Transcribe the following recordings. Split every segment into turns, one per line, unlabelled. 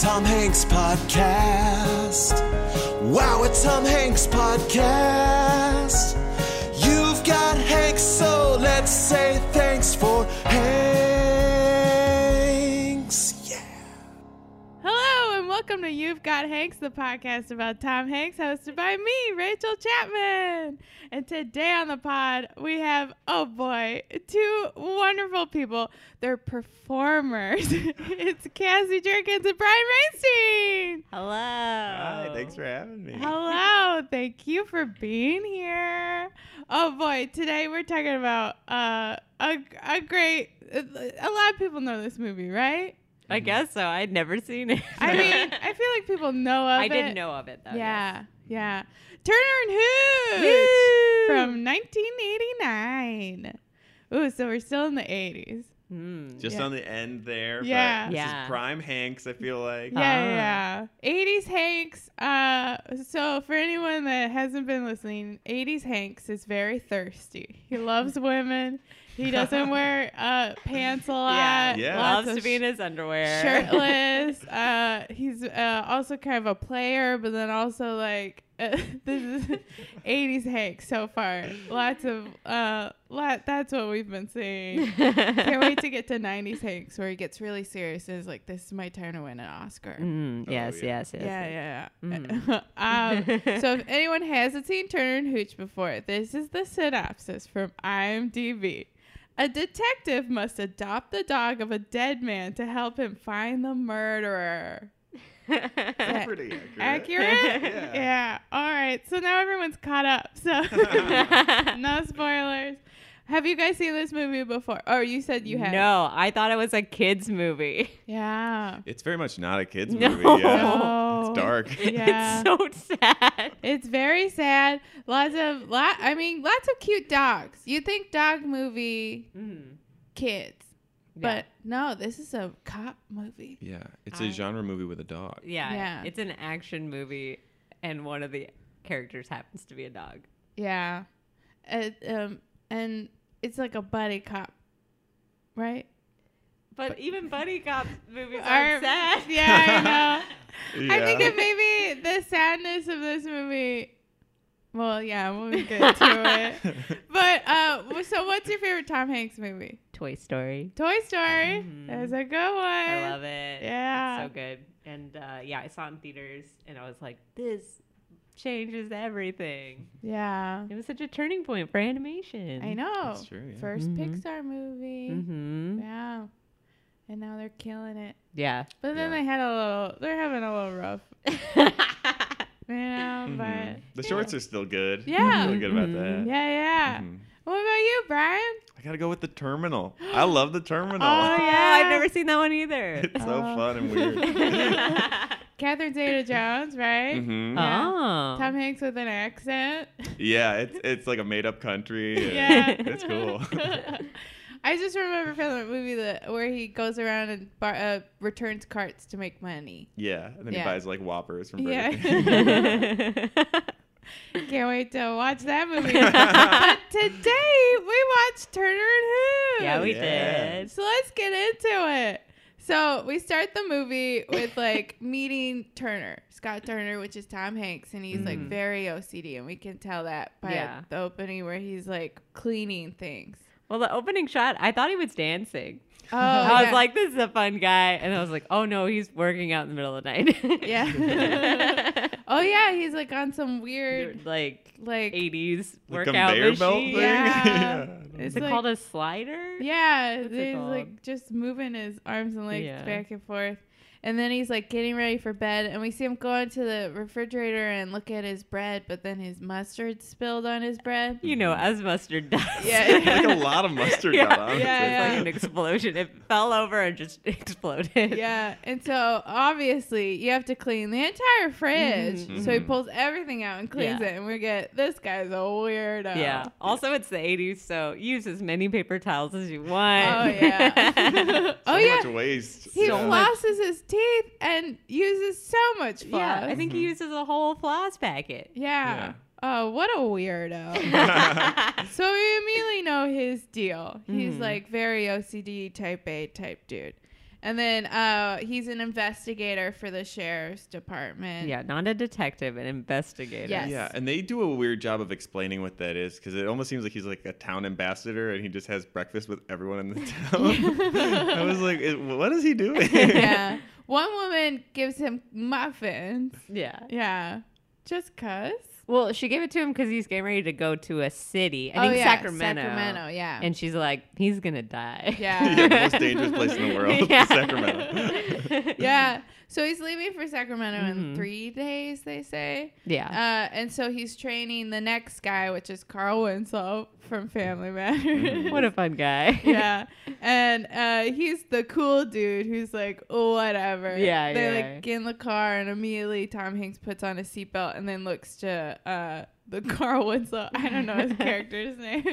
Tom Hanks podcast. Wow, it's Tom Hanks podcast. You've got Hanks, so let's say thanks for Hanks. Yeah.
Hello and welcome to You've Got Hanks, the podcast about Tom Hanks, hosted by me, Rachel Chapman. And today on the pod, we have, oh boy, two wonderful people. They're performers. it's Cassie Jerkins and Brian Reinstein.
Hello.
Hi, thanks for having me.
Hello, thank you for being here. Oh boy, today we're talking about uh, a, a great, a lot of people know this movie, right?
I guess so. I'd never seen it.
I mean, I feel like people know of
I
it.
didn't know of it though.
Yeah, yeah. Turner and Hooch
Woo!
from 1989. Ooh, so we're still in the 80s.
yes. Mm.
Just
Yeah.
on the end there.
Yeah.
But This
Yeah.
is prime Hanks, I feel like.
Ah.
Yeah, yeah. 80s Hanks. Uh, so for anyone that hasn't been listening, 80s Hanks is very thirsty. He loves women. He doesn't wear uh, pants a
Yeah.
lot.
Yeah.
Lots
Loves
of
to be in his underwear.
shirtless. Uh, he's uh, also kind of a player, but then also like uh, this is 80s Hank so far. Lots of uh, lot. That's what we've been seeing. Can't wait to get to 90s Hanks where he gets really serious and is like, "This is my turn to win an Oscar."
Mm,
Oh,
yes,
yeah.
yes, yes.
Yeah, yeah. yeah.
Mm.
um, so if anyone hasn't seen Turner and Hooch before, this is the synopsis from IMDb. A detective must adopt the dog of a dead man to help him find the murderer.
That's pretty accurate.
Accurate?
Yeah.
yeah. All right. So now everyone's caught up. So no spoilers. Have you guys seen this movie before? Oh, you said you had.
No, I thought it was a kids movie.
Yeah.
It's very much not a kid's
No.
movie. Yeah.
No.
It's dark.
Yeah.
It's so sad.
It's very sad. Lots of lot. I mean, lots of cute dogs. You think dog movie
Hmm.
kids, but no, this is a cop movie.
Yeah. It's
I-
a genre movie with a dog.
yeah,
Yeah.
it's an action movie, and one of the characters happens to be a dog.
Yeah, it, um, and it's like a buddy cop, right?
But even buddy cop movies
Our-
are sad.
Yeah, I know. I think
Yeah.
it maybe the sadness of this movie. Well, yeah, we'll get to it. But uh, so what's your favorite Tom Hanks movie?
Toy Story.
Toy Story. That's a good one.
Mm-hmm. I love it.
Yeah.
It's so good. And uh, yeah, I saw it in theaters and I was like, this changes everything.
Yeah.
It was such a turning point for animation.
I know.
That's true, yeah. Mm-hmm.
1st
Mhm.
Pixar movie.
Mm-hmm.
Yeah. And now they're killing it.
Yeah.
But then
Yeah.
they had a little, they're having a little rough, you know,
Mhm.
but.
The shorts are still good.
Yeah.
I feel good about
Mhm.
that.
Yeah, yeah.
Mhm.
What about you, Brian?
I got to go with the terminal. I love the terminal.
Oh, yeah.
I've never seen that one either.
it's so
Oh.
fun and weird.
Catherine Zeta Jones, right?
hmm
Oh.
Tom Hanks with an accent.
Yeah, it's it's like a made up country. and
Yeah.
It's cool.
I just remember from that movie that where he goes around and bar, uh, returns carts to make money.
Yeah. And then
Yeah.
he buys like Whoppers from Burger
Yeah.
King.
Can't wait to watch that movie. but today we watched Turner and Hooch.
yeah, we
Yeah.
did.
So let's get into it. So we start the movie with like meeting Turner, Scott Turner, which is Tom Hanks, and he's like
Mhm.
very OCD, and we can tell that by
Yeah.
the opening where he's like cleaning things.
Well, the opening shot, I thought he was dancing.
Oh, yeah.
I was like, this is a fun guy. And I was like, oh no, he's working out in the middle of the night.
Yeah. oh yeah, he's like on some weird
like
like
80s
The
workout
conveyor belt
machine.
thing?
Yeah.
I don't
It's
know.
Is it
like-
called a slider?
Yeah,
What's it
he's
called?
like just moving his arms and legs
Yeah.
back and forth. And then he's like getting ready for bed, and we see him go into the refrigerator and look at his bread, but then his mustard spilled on his bread.
You know, as mustard does.
Yeah.
like a lot of mustard
yeah.
got on.
Yeah,
It's
yeah.
like an explosion. It fell over and just exploded.
yeah, and so obviously you have to clean the entire fridge.
Mhm.
So he
Mhm.
pulls everything out and cleans
Yeah.
it, and we get this guy's a weirdo.
Yeah. Also, it's the 80s, so use as many paper towels as you
Oh
want.
yeah.
So
oh yeah.
much waste.
He
yeah.
flosses his teeth and uses so much floss.
yeah. I think he
Mm-hmm.
uses a whole floss packet.
Yeah.
Yeah.
Oh, what a weirdo. so we immediately know his deal. He's
Mhm.
like very OCD type A type dude. And then uh, he's an investigator for the sheriff's department.
Yeah, not a detective, an investigator.
Yes.
Yeah, and they do a weird job of explaining what that is because it almost seems like he's like a town ambassador and he just has breakfast with everyone in the town. I was like, "It- what is he doing?
yeah. One woman gives him muffins.
Yeah.
Yeah. Just cuz.
Well, she gave it to him because he's getting ready to go to a city. I think
Oh, yeah,
Sacramento.
Sacramento, yeah.
And she's like, he's gonna die.
Yeah.
Yeah, most dangerous place in the world,
Yeah.
Sacramento.
yeah. So he's leaving for Sacramento in 3 days, they say.
Mm-hmm. Yeah.
Uh, and so he's training the next guy, which is Carl Winslow from Family Matters.
Mm-hmm. what a fun guy.
Um, yeah. And uh, he's the cool dude who's like, oh, whatever.
Yeah,
They
yeah.
like get in the car, and immediately Tom Hanks puts on a seatbelt and then looks to uh, the Carl Winslow. I don't know his character's name.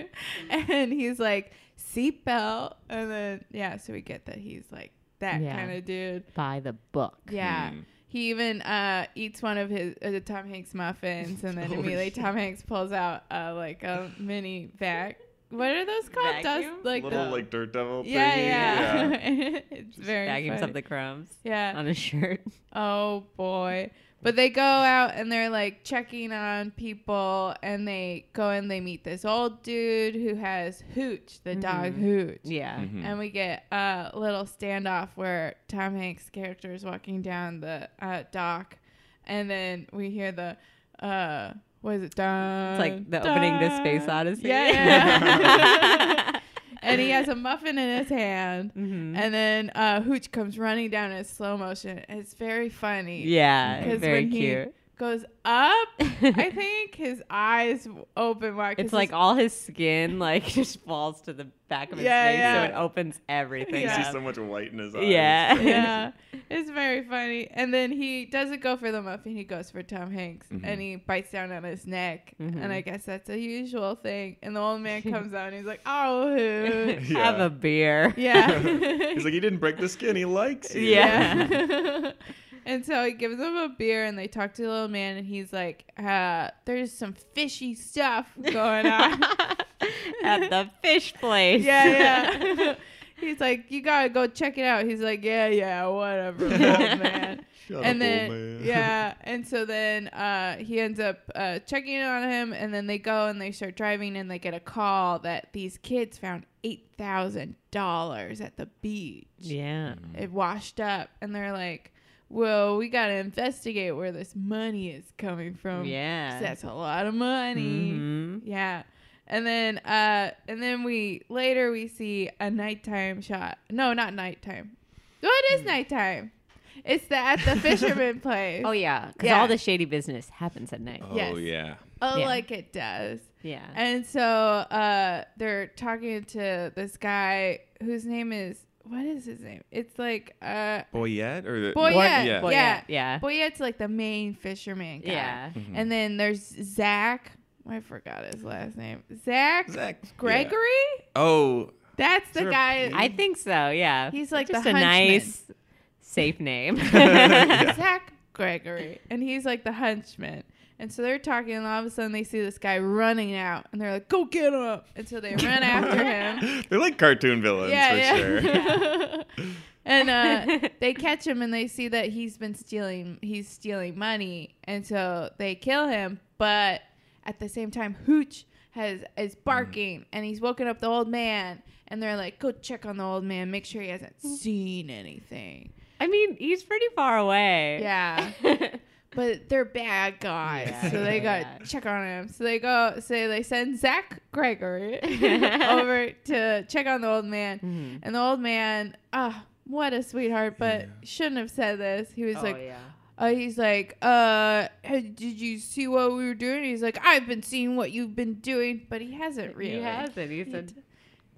And he's like, seatbelt. And then, yeah, so we get that he's like that
Yeah.
kind of dude.
By the book.
Yeah.
Mm.
He even uh, eats one of his uh, Tom Hanks muffins, and then
Oh,
immediately
shit.
Tom Hanks pulls out uh, like a mini vac. What are those called?
Vacuum?
Dust like
Little
the-
like dirt devil.
yeah,
thingy.
yeah. it's very
Bagging
funny.
up the crumbs
Yeah.
on his shirt.
Oh boy. But they go out and they're like checking on people, and they go and they meet this old dude who has Hooch, the dog Hooch.
Yeah.
Mhm.
And we get a little standoff where Tom Hanks' character is walking down the uh, dock, and then we hear the, uh, what is it? Dun,
It's like the opening to Space
dun.
Odyssey.
Yeah, yeah. and he has a muffin in his hand,
Mm-hmm.
and then uh, Hooch comes running down in slow motion. It's very funny.
yeah. Very
when
cute.
he goes up, I think his eyes open wide. 'cause
It's like
his-
all his skin like just falls to the back of his
Yeah,
face,
yeah.
so it opens everything.
You
Yeah.
see so much white in his eyes.
Yeah.
yeah, it's very funny. And then he doesn't go for the muffin; he goes for Tom Hanks,
Mm-hmm.
and he bites down on his neck. And I guess that's a usual thing. And the old man comes out, and he's like, "Oh, who?"
Have
Yeah.
a beer.
yeah,
He's like, he didn't break the skin. He likes you.
Yeah.
Yeah. and so he gives them a beer and they talk to the little man and he's like, uh, there's some fishy stuff going on.
At the fish place.
yeah, yeah. he's like, you gotta go check it out. He's like, yeah, yeah, whatever, old man.
Shut up,
and
old
then
man.
yeah, and so then uh, he ends up uh, checking on him, and then they go and they start driving, and they get a call that these kids found eight thousand dollars at the beach
Yeah.
it washed up and they're like well we gotta investigate where this money is coming from 'cause
Yeah.
that's a lot of money
Mhm.
yeah and then uh and then we later we see a nighttime shot no not nighttime no it
Mm.
is nighttime it's the at the fisherman place
Oh yeah, because
Yeah.
all the shady business happens at night.
Oh
Yes.
yeah.
oh
yeah. Uh-huh.
like it does
Yeah.
and so uh they're talking to this guy whose name is what is his name it's like uh
Boyette or the
Boyette,
Yeah.
Boy- yeah.
Yeah.
Boyette's like the main fisherman guy.
Yeah.
Mm-hmm.
And then there's Zach. I forgot his last name. Zach,
Zach yeah.
Gregory?
Oh,
That's the
there a
guy.
P?
I think so. Yeah.
He's like the
just a
henchman.
nice, safe name.
Yeah.
Zach Gregory. And he's like the hunchman. And so they're talking, and all of a sudden they see this guy running out, and they're like, go get him. And so they run after him.
they're like cartoon villains for sure.
and uh, they catch him and they see that he's been stealing he's stealing money and so they kill him but at the same time hooch has is barking and he's woken up the old man and they're like go check on the old man make sure he hasn't seen anything
I mean, he's pretty far away.
yeah but they're bad guys
Yeah,
so they
yeah,
gotta
yeah.
check on him so they go so they send zach gregory over to check on the old man
Mm-hmm.
Mhm.
and the old man, ah, what a sweetheart, but
Yeah.
shouldn't have said this. He was
Oh,
like,
yeah.
uh, he's like, uh, hey, did you see what we were doing? He's like, I've been seeing what you've been doing, but he hasn't really.
He has it. He said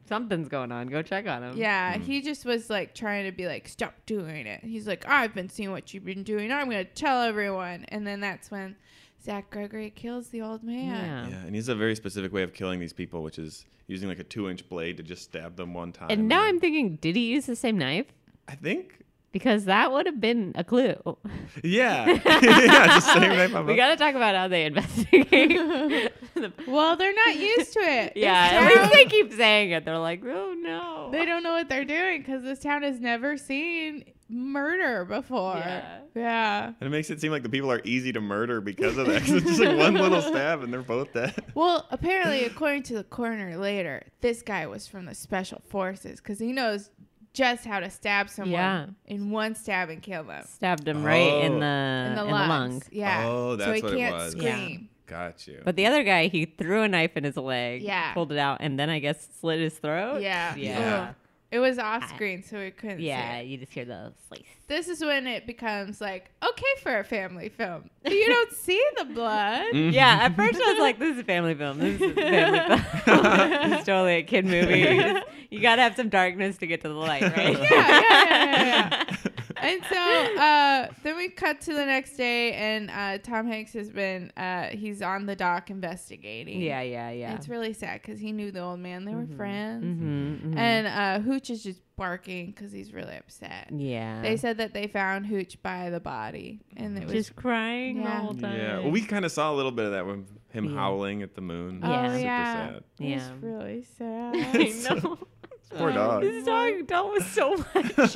something's going on. Go check on him.
Yeah, he just was like trying to be like, stop doing it. He's like, I've been seeing what you've been doing. I'm gonna tell everyone. And then that's when Zach Gregory kills the old man.
Yeah.
Yeah, and he's a very specific way of killing these people, which is using like a two-inch blade to just stab them one time.
And now I'm thinking, did he use the same knife?
I think
because that would have been a clue.
Yeah. yeah, just saying what I thought
we
about.
got to talk about how they investigate. The-
Well, they're not used to it. This
yeah, at
town-
least they keep saying it. They're like, oh no.
they don't know what they're doing because this town has never seen murder before.
Yeah.
Yeah.
And it makes it seem like the people are easy to murder because of that. 'cause it's just like one little stab and they're both dead.
Well, apparently, according to the coroner later, this guy was from the special forces because he knows just how to stab someone
Yeah.
in one stab and kill them
stabbed him right in
Oh.
the
in the
Uh, in
lungs.
the lung.
Yeah.
Oh,
so he
that's what it
can't
was.
Yeah.
scream.
Got you.
But the other guy, he threw a knife in his leg,
Yeah.
pulled it out, and then I guess slit his throat.
Yeah.
Yeah.
Ugh. It was off screen, so we couldn't
yeah.
see. It.
You just hear the slice.
This is when it becomes like okay for a family film. You don't see the blood.
Mm. Mm-hmm.
Yeah, at first I was like, "This is a family film. This is a family film. this is totally a kid movie. You, just- you gotta have some darkness to get to the light, right?"
yeah, yeah, yeah, yeah, yeah. and so uh, then we cut to the next day, and uh, Tom Hanks has been uh, he's on the dock investigating.
yeah, yeah,
And
yeah. Mm-hmm.
it's really sad because he knew the old man; they were friends.
Mhm, mhm.
And uh, Hooch is just barking because he's really upset.
yeah,
They said that they found Hooch by the body, and it was
just crying
Yeah.
the whole time.
yeah. Well, we kind of saw a little bit of that with him
Yeah.
howling at the moon.
Oh,
Super
yeah.
sad.
it was
Yeah.
really
I
sad.
know. Oh,
Poor dog.
This dog dealt with so much.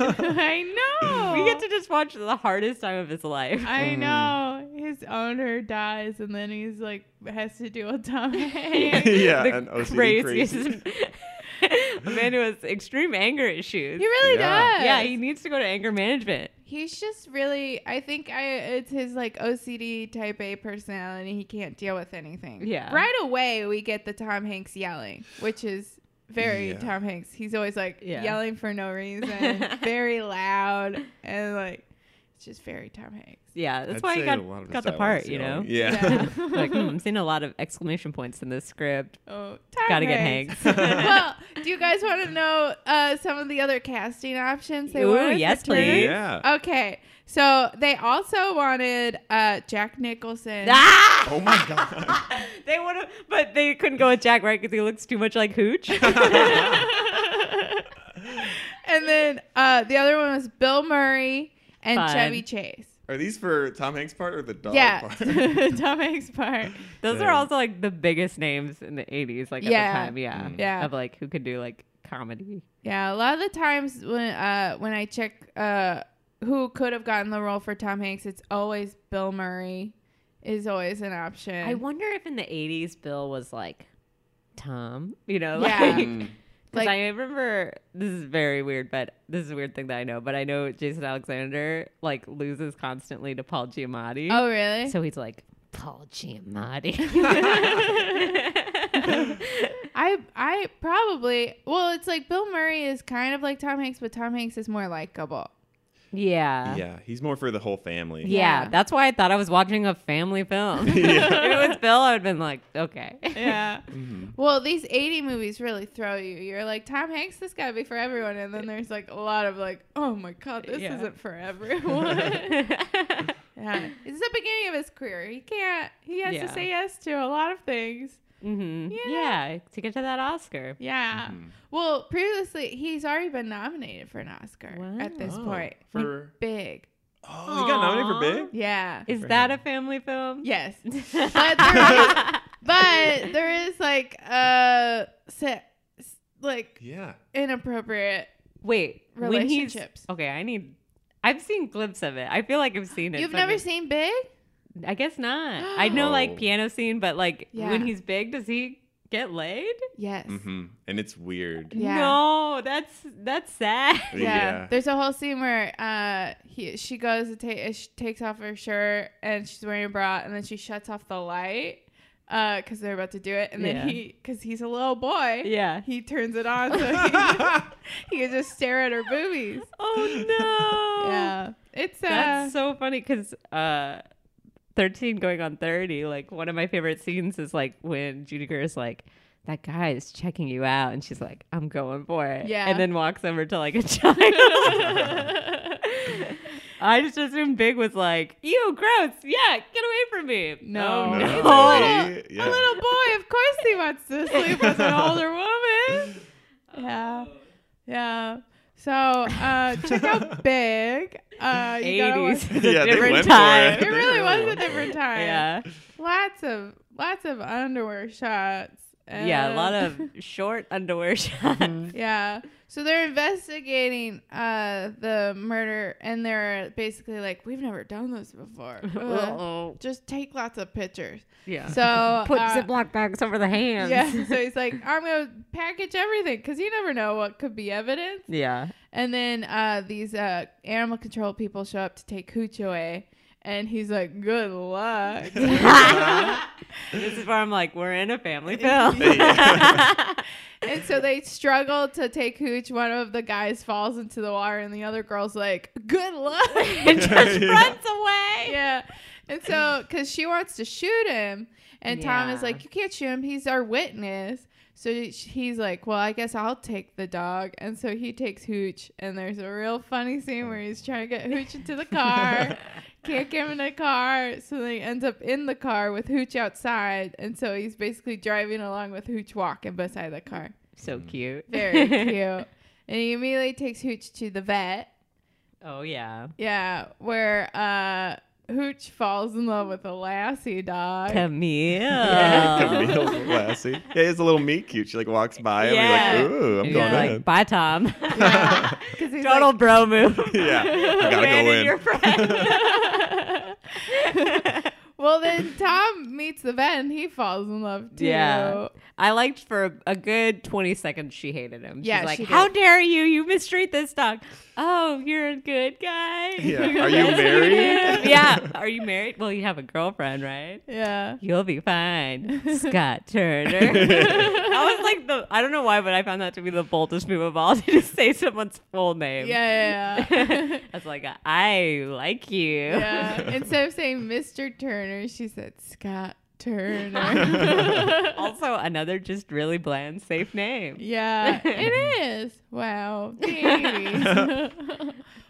I know.
We get to Mm-hmm. just watch the hardest time of his life.
I know his owner dies, and then he's like has to deal with Tom Hanks.
yeah,
the
and OCD
craziest a man who has extreme anger issues.
He really
Yeah.
does.
yeah, he needs to go to anger management.
He's just really. I think I. It's his like OCD type A personality. He can't deal with anything.
Yeah.
Right away, we get the Tom Hanks yelling, which is very
Yeah.
Tom Hanks. He's always like
Yeah.
yelling for no reason, very loud, and like it's just very Tom Hanks.
Yeah, that's
I'd
why he
say a lot
got
of
got
the
the part.
silence
You know,
yelling. Yeah.
like hmm, I'm seeing a lot of exclamation points in this script.
Oh, Tom
Gotta get
Hanks.
Hanks.
well, do you guys want to know uh, some of the other casting options they
Ooh,
wanted? for
yes,
Turner?
please.
yeah.
Okay, so they also wanted uh, Jack Nicholson.
Ah!
Oh my god.
They would have, but they couldn't go with Jack, right? Because he looks too much like Hooch.
And then uh, the other one was Bill Murray and
Fun.
Chevy Chase.
Are these for Tom Hanks' part or the dog
yeah,
part?
Tom Hanks part.
Those are
Yeah.
also like the biggest names in the 80s, like
Yeah.
at the time. Yeah.
Mm.
Yeah.
Of like who could do like comedy.
Yeah, a lot of the times when uh, when I check uh, who could have gotten the role for Tom Hanks, it's always Bill Murray is always an option.
I wonder if in the 80s Bill was like Tom, you know,
Yeah.
like,
Mm.
'cause
Like-
I remember this is very weird, but this is a weird thing that I know, but I know Jason Alexander like loses constantly to Paul Giamatti.
oh, really?
So he's like Paul Giamatti.
I I probably well, it's like Bill Murray is kind of like Tom Hanks, but Tom Hanks is more likable.
yeah.
Yeah, he's more for the whole family.
Yeah,
Yeah.
that's why I thought I was watching a family film. if it was Bill, I would have been like, okay.
Yeah. Well, these 80 movies really throw you. You're like, Tom Hanks, this got to be for everyone. And then there's like a lot of like, oh my God, this
Yeah.
isn't for everyone. yeah. It's the beginning of his career. He can't, he has
Yeah.
to say yes to a lot of things.
hmm
Yeah.
yeah. to get to that Oscar.
Yeah.
Mm-hmm. Hmm.
Well, previously, he's already been nominated for an Oscar at this
Oh,
point.
For
Big.
Oh, he got nominated for
Aw.
Big?
Yeah.
Is
for
that
him.
a family film?
Yes. But there is, but there is like, uh, se- s- like
Yeah.
inappropriate
Wait, when he's-
Relationships.
okay, I need. I've seen clips of it. I feel like I've seen it.
You've
but
never
I'm-
seen Big?
I guess not. I know
Oh.
like piano scene, but like
Yeah.
when he's big, does he get laid?
Yes.
hmm And it's weird.
Yeah.
No, that's that's sad.
Yeah.
Yeah.
There's a whole scene where uh, he, she goes to take, she takes off her shirt and she's wearing a bra, and then she shuts off the light because they're about to do it, and then
Yeah.
he, because he's a little boy,
Yeah.
he turns it on so he, he can just stare at her boobies.
Oh no.
Yeah, it's uh,
That's so funny because uh, 13 going on 30, like one of my favorite scenes is like when Judica is like, that guy is checking you out. And she's like, I'm going for it.
Yeah.
And then walks over to like a child. I just assumed Big was like, ew, gross. Yeah, get away from me.
No.
Oh,
No,
no.
Oh.
see?
a little boy. Of course, he wants to sleep with an older woman. Yeah, yeah. So uh, check out Big. Uh, you gotta watch-
Eighties,
Yeah,
a
they went
different
for
time.
It
They
really
really
was a
were.
different time.
Yeah,
Lots of lots of underwear shots.
yeah, a lot
and-
of short underwear shots.
Yeah. So they're investigating uh the murder and they're basically like, We've never done this before. Ugh.
Uh-oh.
Just take lots of pictures.
Yeah.
Uh. So
Put
uh,
Ziploc bags over the hands.
Yeah. So he's like, I'm gonna package everything because you never know what could be evidence.
Yeah.
And then uh these uh animal control people show up to take Hooch away and he's like, Good luck.
this is where I'm like, we're in a family film.
And so they struggle to take Hooch. One of the guys falls into the water, and the other girl's like, Good luck. and just
Yeah.
runs away. Yeah. And so, because she wants to shoot him, and Tom is
Yeah.
like, You can't shoot him. He's our witness. So sh- he's like, Well, I guess I'll take the dog. And so he takes Hooch, and there's a real funny scene where he's trying to get Hooch into the car. Can't get him in a car, so they ends up in the car with Hooch outside, and so he's basically driving along with Hooch walking beside the car.
so
Mm.
cute.
Very cute. And he immediately takes Hooch to the vet.
oh yeah.
Yeah, where uh Hooch falls in love with a lassie dog.
Camille.
Camille's classy. Yeah, he's a little meat cute. She like walks by him
Yeah.
and he's like, ooh, I'm
You're
going
like,
in.
bye, Tom.
'Cause he's
Total bro move.
yeah, I gotta
Abandon
go in.
Your friend.
well, then Tom meets the vet and he falls in love too.
Yeah. I liked for a, a good 20 seconds she hated him. She's
Yeah,
like,
she did.
How dare you? You mistreat this dog. Oh, you're a good guy.
Yeah. Are you married?
yeah. Are you married? Well, you have a girlfriend, right?
Yeah.
You'll be fine. Scott Turner. that was like the, I don't know why, but I found that to be the boldest move of all to just say someone's full name.
Yeah. Yeah.
That's like, I like you.
yeah. yeah. Instead of saying Mr. Turner, she said Scott Turner.
also, another just really bland, safe name.
Yeah, it is. Wow. Thanks.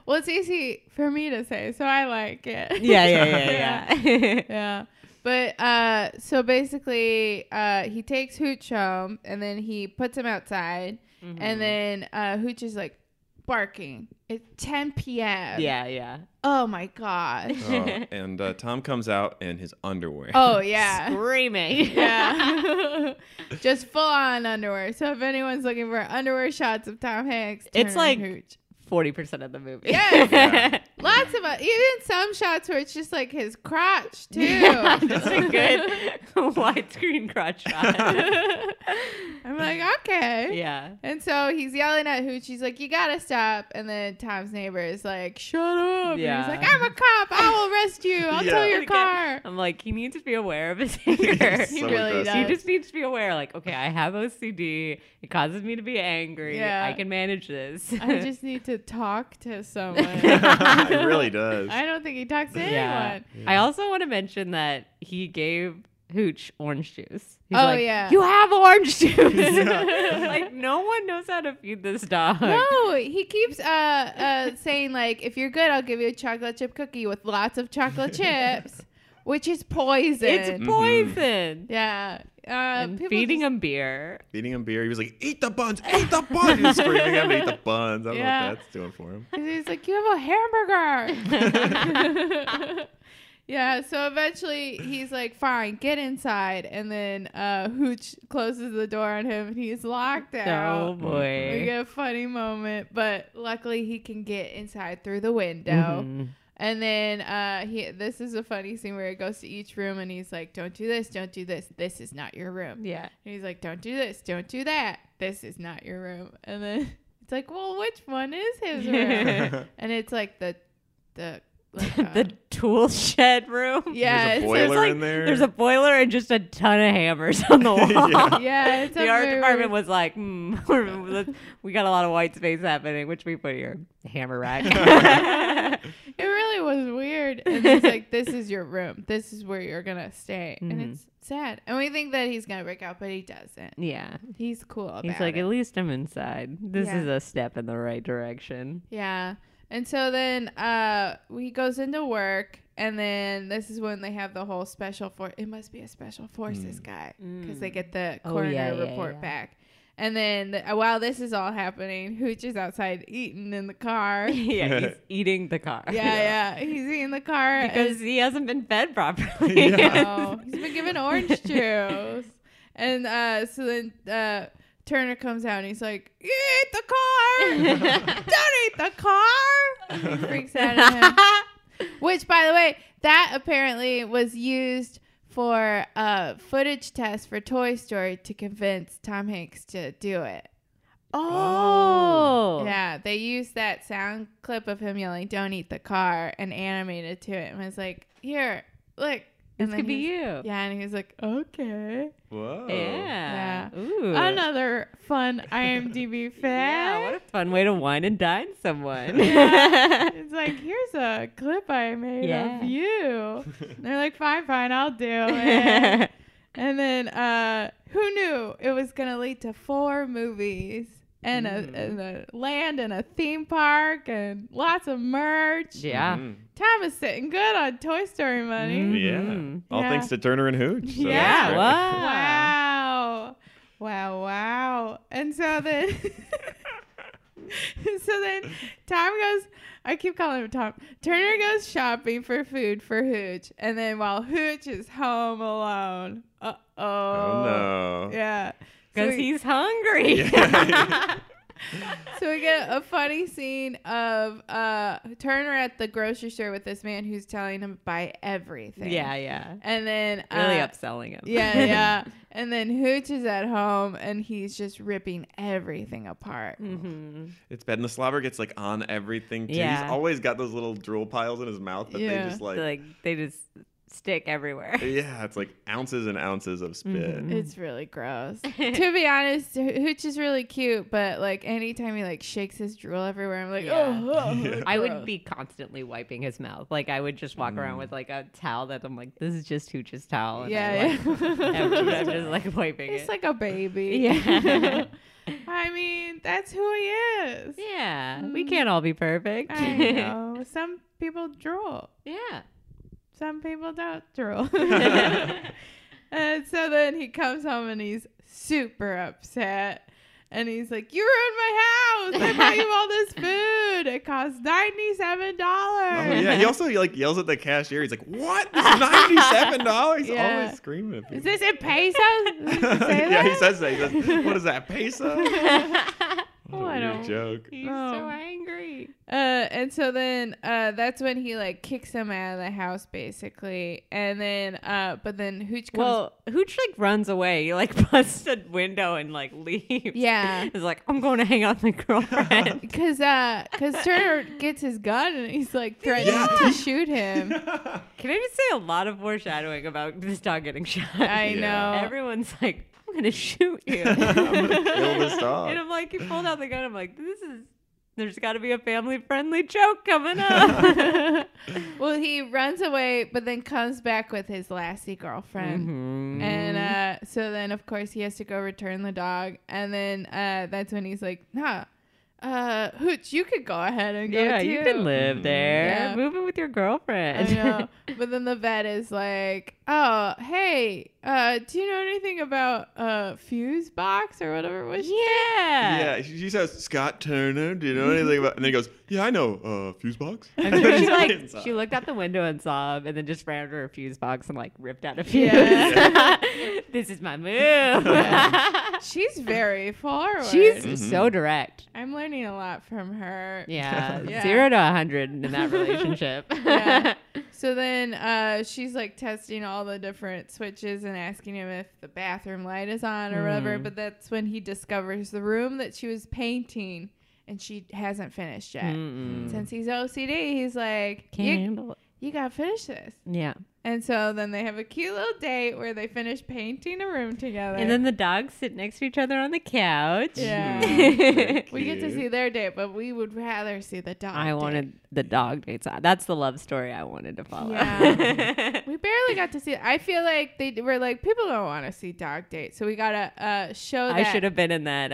well, it's easy for me to say, so I like it.
Yeah, yeah, yeah, yeah.
yeah. But uh, so basically, uh, he takes Hooch home and then he puts him outside,
Mm-hmm.
and then uh, Hooch is like barking. It's 10 p.m.
yeah, yeah.
Oh my gosh.
Oh, and uh, Tom comes out in his underwear.
oh yeah.
Screaming.
Yeah. Just full on underwear. So if anyone's looking for underwear shots of Tom Hanks, turn
It's
on
like-
Hooch.
40% of the movie.
Yes. Lots of uh, even some shots where it's just like his crotch too.
Just a good widescreen crotch shot.
I'm like, okay.
yeah.
And so he's yelling at Hooch. He's like, "You gotta stop!" And then Tom's neighbor is like, "Shut up!"
Yeah.
And he's like, "I'm a cop. I will arrest you. I'll
Yeah.
tow
And
your
again,
car."
I'm like, he needs to be aware of his anger.
So
really
aggressive.
does.
He just needs to be aware, like, okay, I have OCD. It causes me to be angry.
Yeah.
I can manage this.
I just need to talk to someone.
it really does.
I don't think he talks to
Yeah.
anyone.
I also want to mention that he gave Hooch orange juice. He's
Oh,
like,
yeah.
You have orange juice. like, no one knows how to feed this dog.
No, he keeps uh, uh, saying like, "If you're good, I'll give you a chocolate chip cookie with lots of chocolate chips," which is poison.
It's poison.
Yeah. Uh,
And
people
feeding
just-
him beer.
Feeding him beer. He was like, eat the buns, eat the buns. He was screaming at him to eat the buns. I don't know
Yeah.
what that's doing for him.
He's like, you have a hamburger. yeah. So eventually he's like, fine, get inside. And then uh, Hooch closes the door on him and he's locked
Oh
out. We
boy.
get a funny moment, but luckily he can get inside through the window.
Mhm.
And then uh, he, this is a funny scene where he goes to each room and he's like, don't do this, don't do this. This is not your room.
Yeah.
And he's like, "Don't do this, don't do that. This is not your room." And then it's like, "Well, which one is his room?" and it's like the the like, uh,
the tool shed room.
yeah, it's
There's a boiler
just
It's like,
in there.
There's a boiler and just a ton of hammers on the wall.
Yeah.
yeah, it's
The
a
art
very
department
weird-
was like, hmm, we're- we got a lot of white space happening. Which we put here? Hammer rack.
It really was weird. And he's like, "This is your room. This is where you're gonna stay." And
Mhm.
it's sad. And we think that he's gonna break out, but he doesn't.
yeah.
He's cool about
He's like,
it.
at least I'm inside. This
Yeah.
is a step in the right direction.
Yeah. And so then uh he goes into work and then this is when they have the whole special for it must be a special forces guy because they get the
Mm. Oh,
coroner
yeah, yeah,
report
yeah.
back. And then uh, while this is all happening, Hooch is outside eating in the car. yeah,
yeah, he's eating the car.
yeah, he's eating the car
Because he hasn't been fed properly.
Yeah.
Oh, he's been given orange juice. And uh, so then uh, Turner comes out and he's like, "Eat the car! Don't eat the car!" And he freaks out at him. Which, by the way, that apparently was used for a footage test for Toy Story to convince Tom Hanks to do it.
Oh.
Yeah, they used that sound clip of him yelling, "Don't eat the car," and animated to it, and was like, "Here, look."
This
and then
could be
he's-
you.
yeah, and he's like, okay.
Whoa.
Yeah.
Yeah.
Ooh.
Another fun IMDb fact.
Yeah, what a fun way to wine and dine someone.
Yeah. it's like, here's a clip I made
Yeah.
of you. And they're like, fine, fine, I'll do it. and then uh, who knew it was going to lead to four movies and,
Mm.
a, and a land and a theme park and lots of merch.
yeah.
Mhm.
Tom is sitting good on Toy Story money.
Yeah.
Mhm.
Mm-hmm.
All
Yeah.
thanks to Turner and Hooch. so
Yeah,
that's right.
Wow.
Wow. Wow, wow. And so then So then Tom goes I keep calling him Tom. Turner goes shopping for food for Hooch. And then while Hooch is home alone. Uh oh.
Oh no.
Yeah. So
Because
we,
he's hungry.
Yeah.
so we get a funny scene of uh Turner at the grocery store with this man who's telling him to buy everything.
yeah, yeah.
And then
Really
uh,
upselling him.
Yeah, yeah. And then Hooch is at home and he's just ripping everything apart.
hmm
It's bad. And the slobber gets like on everything too.
Yeah.
He's always got those little drool piles in his mouth that
Yeah.
they just like,
Like, they just stick everywhere.
Yeah, it's like ounces and ounces of spit.
Mhm.
It's really gross. to be honest, Ho- Hooch is really cute, but like anytime he like shakes his drool everywhere, I'm like,
Yeah.
oh,
Yeah.
I
gross."
would be constantly wiping his mouth. Like I would just walk
Mm.
around with like a towel that I'm like, this is just Hooch's towel. And I,
Yeah,
like, I'm,
yeah.
I'm just like wiping
He's
it.
like a baby.
Yeah.
I mean, that's who he is.
yeah, we can't all be perfect.
Mm. I know. Some people drool.
yeah.
Some people don't drool. and so then he comes home and he's super upset. And he's like, You ruined my house. I bought you all this food. It cost $97.
Oh yeah. He also like yells at the cashier. He's like, "What? Ninety-seven dollars?"
Yeah.
Always screaming at people.
Is this in pesos? Does he say
yeah, he
that?
says that. He says, "What is that peso?" Oh,
What
a
a-
weird joke.
He's
Oh.
so angry.
Uh, and so then uh, that's when he like kicks him out of the house basically. And then, uh, but then Hooch comes.
Well, Hooch like runs away. He like busts a window and like leaves.
Yeah.
He's like, I'm going to hang out with my girlfriend.
Cause, uh, cause Turner gets his gun and he's like threatening
Yeah.
to shoot him.
Can I just say a lot of foreshadowing about this dog getting shot?
I
Yeah.
know.
Everyone's like, I'm going to shoot you.
I'm gonna kill this
And
dog.
I'm like, he pulled out the gun. I'm like, this is, there's got to be a family friendly joke coming up.
Well, he runs away, but then comes back with his lassie girlfriend.
Mm-hmm.
And uh, so then, of course, he has to go return the dog. And then uh, that's when he's like, nah, uh, Hooch, you could go ahead and go
yeah,
too. Mm,
you can live there.
Yeah.
Moving with your girlfriend.
I know. But then the vet is like, oh, hey, uh, do you know anything about uh, fuse box or whatever it was?
yeah.
Yeah, she she says Scott Turner. Do you know anything about? And then he goes, "Yeah, I know. Uh, fuse box."
I'm sure she
Just
like
inside.
she looked out the window and saw him, and then just ran under a fuse box and like ripped out a fuse.
Yeah.
this is my move.
She's very forward.
She's
Mhm.
so direct.
I'm learning a lot from her.
Mm-hmm. Yeah,
Yeah.
zero to a hundred in that relationship.
Yeah. So then uh, she's like testing all the different switches and asking him if the bathroom light is on or whatever.
Mm.
But that's when he discovers the room that she was painting and she hasn't finished yet.
Mm-mm.
Since he's OCD, he's like, you,
Candle.
you gotta finish this.
Yeah.
And so then they have a cute little date where they finish painting a room together.
And then the dogs sit next to each other on the couch.
yeah. we get to
Cute.
see their date, but we would rather see the dog.
I
date.
wanted the dog dates. That's the love story I wanted to follow.
Yeah. We barely got to see. I feel like they were like people don't want to see dog dates, so we gotta uh, show. That.
I should have been in that.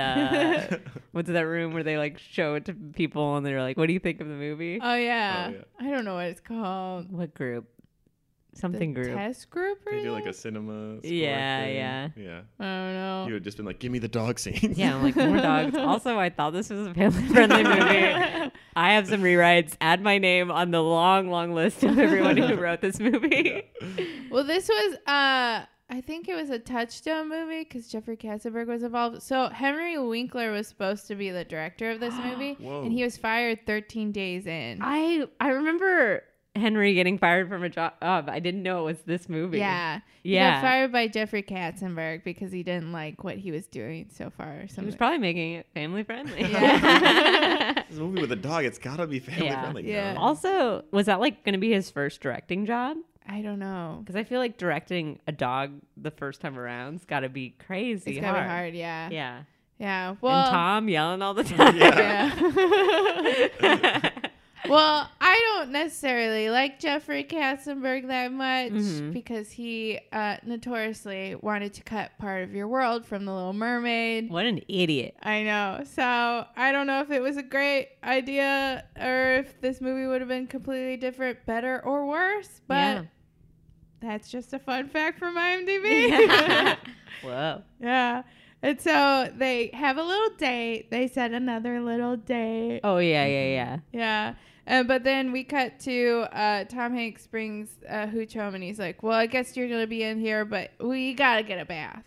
Uh, what's that room where they like show it to people and they're like, "What do you think of the movie?"
Oh yeah.
Oh, yeah.
I don't know what it's called.
what group? something
the
group.
test group or
They do like
something?
a cinema. score
Yeah,
thing.
yeah.
yeah.
I
You
don't know.
would just been like, give me the dog scene.
Yeah, I'm like more dogs. Also, I thought this was a family-friendly movie. I have some rewrites. Add my name on the long, long list of everyone who wrote this movie.
Well, this was uh I think it was a touchstone movie because Jeffrey Katzenberg was involved. So Henry Winkler was supposed to be the director of this movie,
Whoa.
and he was fired 13 days in.
I I remember Henry getting fired from a job. Oh, I didn't know it was this movie.
Yeah, He
Yeah.
got fired by Jeffrey Katzenberg because he didn't like what he was doing so far. Or
He was
something.
probably making it family friendly.
Yeah.
This movie with a dog, it's gotta be family
Yeah.
friendly.
Yeah.
no?
also, was that like going to be his first directing job?
I don't know.
Because I feel like directing a dog the first time around's got to be crazy
It's gotta be hard. Yeah. Yeah.
Yeah.
Well.
and Tom yelling all the time.
yeah. well, I don't necessarily like Jeffrey Katzenberg that much
Mhm.
because he uh, notoriously wanted to cut part of your world from The Little Mermaid.
what an idiot.
I know. So I don't know if it was a great idea or if this movie would have been completely different, better or worse. But
Yeah.
that's just a fun fact from IMDb.
Whoa.
yeah. And so they have a little date. They said another little date.
Oh yeah, yeah, yeah.
Yeah. Uh, but then we cut to uh, Tom Hanks brings uh, Hooch home and he's like, Well, I guess you're going to be in here, but we got to get a bath.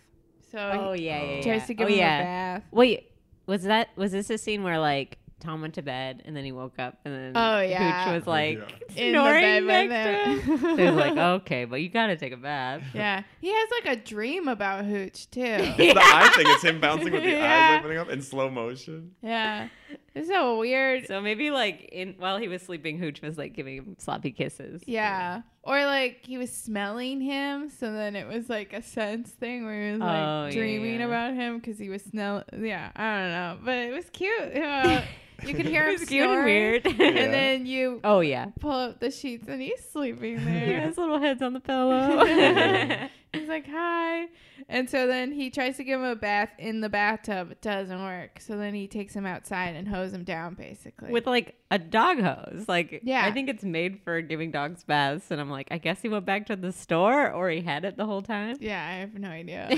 So
Oh
he
yeah, yeah,
yeah,
yeah.
tries to give
oh,
him
yeah.
a bath.
Wait, was that was this a scene where like Tom went to bed and then he woke up and then
Oh, yeah.
Pooch was like
Yeah.
In the
snoring
bed by
next to
them.
him. So he's like, "Oh." okay, but you gotta take a bath.
Yeah. He has like a dream about Hooch, too.
It's the eye thing. It's him bouncing with the
Yeah.
eyes opening up in slow motion.
yeah. It's so weird.
So maybe like in while he was sleeping, Hooch was like giving him sloppy kisses.
yeah. Or like he was smelling him, so then it was like a sense thing where he was like
Oh, yeah,
dreaming
yeah.
about him because he was smell. Yeah, I don't know, but it was cute. Uh, you could hear him
It was cute and
snoring.
weird.
Yeah.
And then you
oh yeah.
pull up the sheets and he's sleeping
He
there.
has little heads on the pillow.
He's like, hi. And so then he tries to give him a bath in the bathtub. It doesn't work. So then he takes him outside and hose him down, basically.
with like a dog hose. Like,
Yeah.
I think it's made for giving dogs baths. And I'm like, I guess he went back to the store or he had it the whole time.
yeah, I have no idea.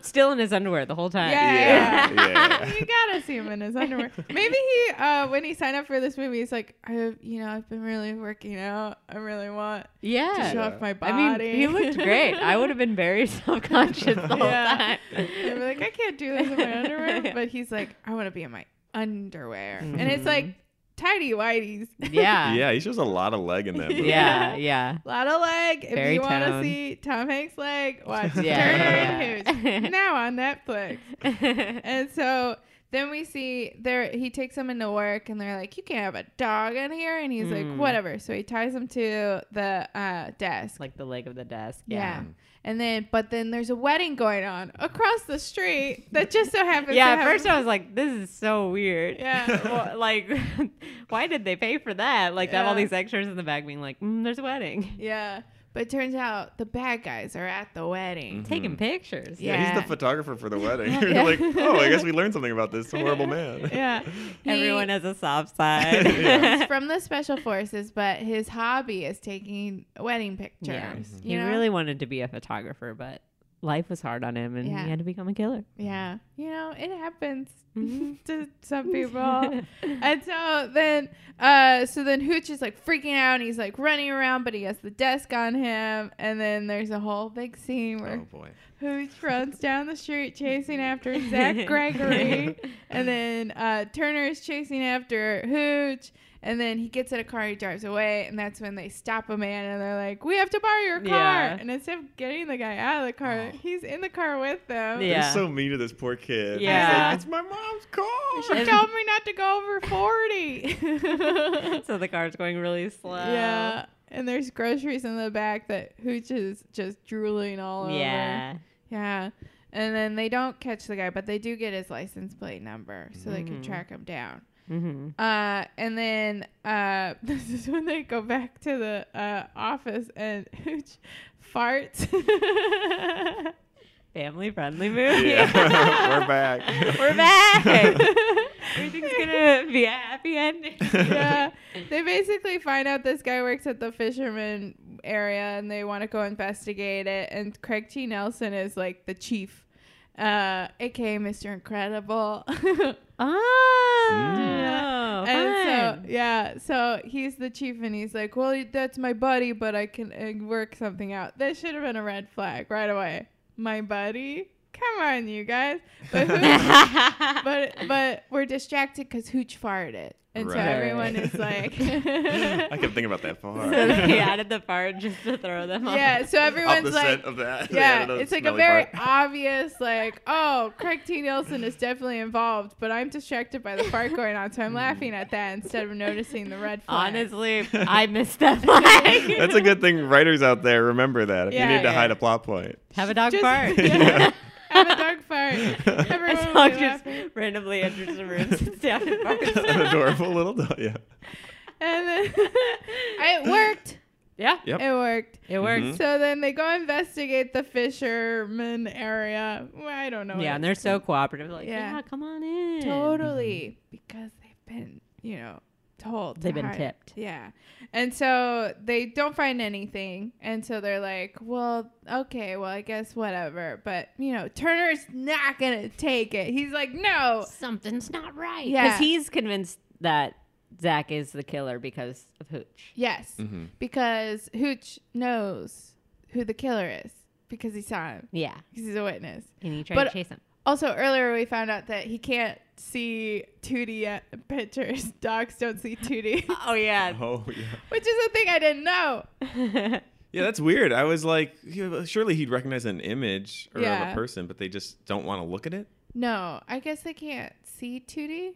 Still in his underwear the whole time.
Yeah,
Yeah,
yeah.
yeah.
you gotta see him in his underwear. Maybe he, uh, when he signed up for this movie, he's like, I, have, you know, I've been really working out. I really want to
Yeah.
show
Yeah.
off my body.
I mean, he looked great. I would have been very self conscious the whole
Yeah.
time.
I'd be like, I can't do this in my underwear.
Yeah. Mm-hmm.
But he's like, I want to be in my underwear, and it's like tidy whities.
Yeah.
Yeah, he shows a lot of leg in that movie.
Yeah. Yeah.
Lot of leg. If
Very
you want to
toned.
see Tom Hanks' leg, watch
Yeah,
Turner
yeah,
and
yeah.
Hooch now on Netflix. And so then we see there he takes him into work and they're like, You can't have a dog in here and he's
Mm.
like, Whatever. So he ties him to the uh desk.
like the leg of the desk.
yeah. And then but then there's a wedding going on across the street that just so happens
Yeah,
to
at
have-
first I was like, this is so weird.
Yeah.
Well, like, why did they pay for that? Like, to have all
Yeah.
these extras in the back being like, mm, there's a wedding.
Yeah. But it turns out the bad guys are at the wedding.
Mm.
Taking pictures.
Yeah, he's
Yeah.
the photographer for the wedding.
Yeah.
You're like, oh, I guess we learned something about this horrible man.
Yeah. He-
Everyone has a soft side.
Yeah.
He's from the special forces, but his hobby is taking wedding pictures.
Yeah. Mm-hmm.
You
He
know?
really wanted to be a photographer, but life was hard on him and
Yeah.
he had to become a killer.
Yeah. You know, it happens
Mhm.
to some people. and so then uh so then Hooch is like freaking out and he's like running around but he has the desk on him and then there's a whole big scene
Oh
where
boy.
Hooch runs down the street chasing after Zach Gregory and then uh Turner is chasing after Hooch and then he gets in a car he drives away and that's when they stop a man and they're like we have to borrow your car
Yeah. Oh.
and instead of getting the guy out of the car he's in the car with them
Yeah.
They're so mean to this poor kid. He's
Yeah.
like, it's my mom's car.
She told me not to go over 40.
so the car's going really slow.
yeah. And there's groceries in the back that Hooch is just drooling all over.
Yeah.
Yeah. And then they don't catch the guy, but they do get his license plate number so they can track him down.
Mm-hmm.
Uh, and then uh, this is when they go back to the uh, office and Hooch farts.
family friendly movie.
Yeah. We're back.
We're back. Everything's gonna be a happy ending.
yeah. They basically find out this guy works at the fisherman area and they want to go investigate it. And Craig T. Nelson is like the chief, uh, aka Mr. Incredible.
Oh, Mm.
and so, yeah, so he's the chief and he's like, Well, that's my buddy, but I can uh, work something out. That should have been a red flag right away. My buddy? Come on, you guys. But who, but but we're distracted because Hooch farted, and so
Right.
everyone is like,
I can think about that far.
So they added the part just to throw them off.
yeah. So
Off the
everyone's like,
set of that. they
yeah,
added a
it's like a
smelly
very
fart.
obvious like, oh, Craig T. Nelson is definitely involved, but I'm distracted by the fart going on, so
Hmm.
I'm laughing at that instead of noticing the red flag.
Honestly, I missed that line.
That's a good thing. Writers out there, remember that. If
Yeah,
you need to
yeah.
hide a plot point.
Have a dog
Just-
fart.
Yeah. Have a dog fart.
I
Everyone
saw
will be
just
laughing.
randomly enters the room, sits down and farts.
An adorable little dog. Yeah.
And then it worked.
Yeah,
Yep.
It worked.
it works.
Mhm.
So then they go investigate the fisherman area. Well, I don't know.
Yeah, and they're so cooperative. Like,
Yeah.
yeah, come on in.
totally because they've been, you know, told. to
Mm-hmm. They've been
hide.
tipped.
Yeah. And so they don't find anything. And so they're like, well, okay, well, I guess whatever. But, you know, Turner's not going to take it. He's like, no.
Something's not right.
Yeah.
Because he's convinced that Zach is the killer because of Hooch.
Yes. Because Hooch knows who the killer is because he saw him,
Yeah.
because he's a witness.
And he tried
But-
to chase him.
Also, earlier we found out that he can't see 2D uh, pictures. Dogs don't see 2D,
Oh, yeah.
Oh yeah.
which is a thing I didn't know.
Yeah, that's weird. I was like, he- surely he'd recognize an image or of
Yeah.
a person, but they just don't want to look at it.
No, I guess they can't see 2D.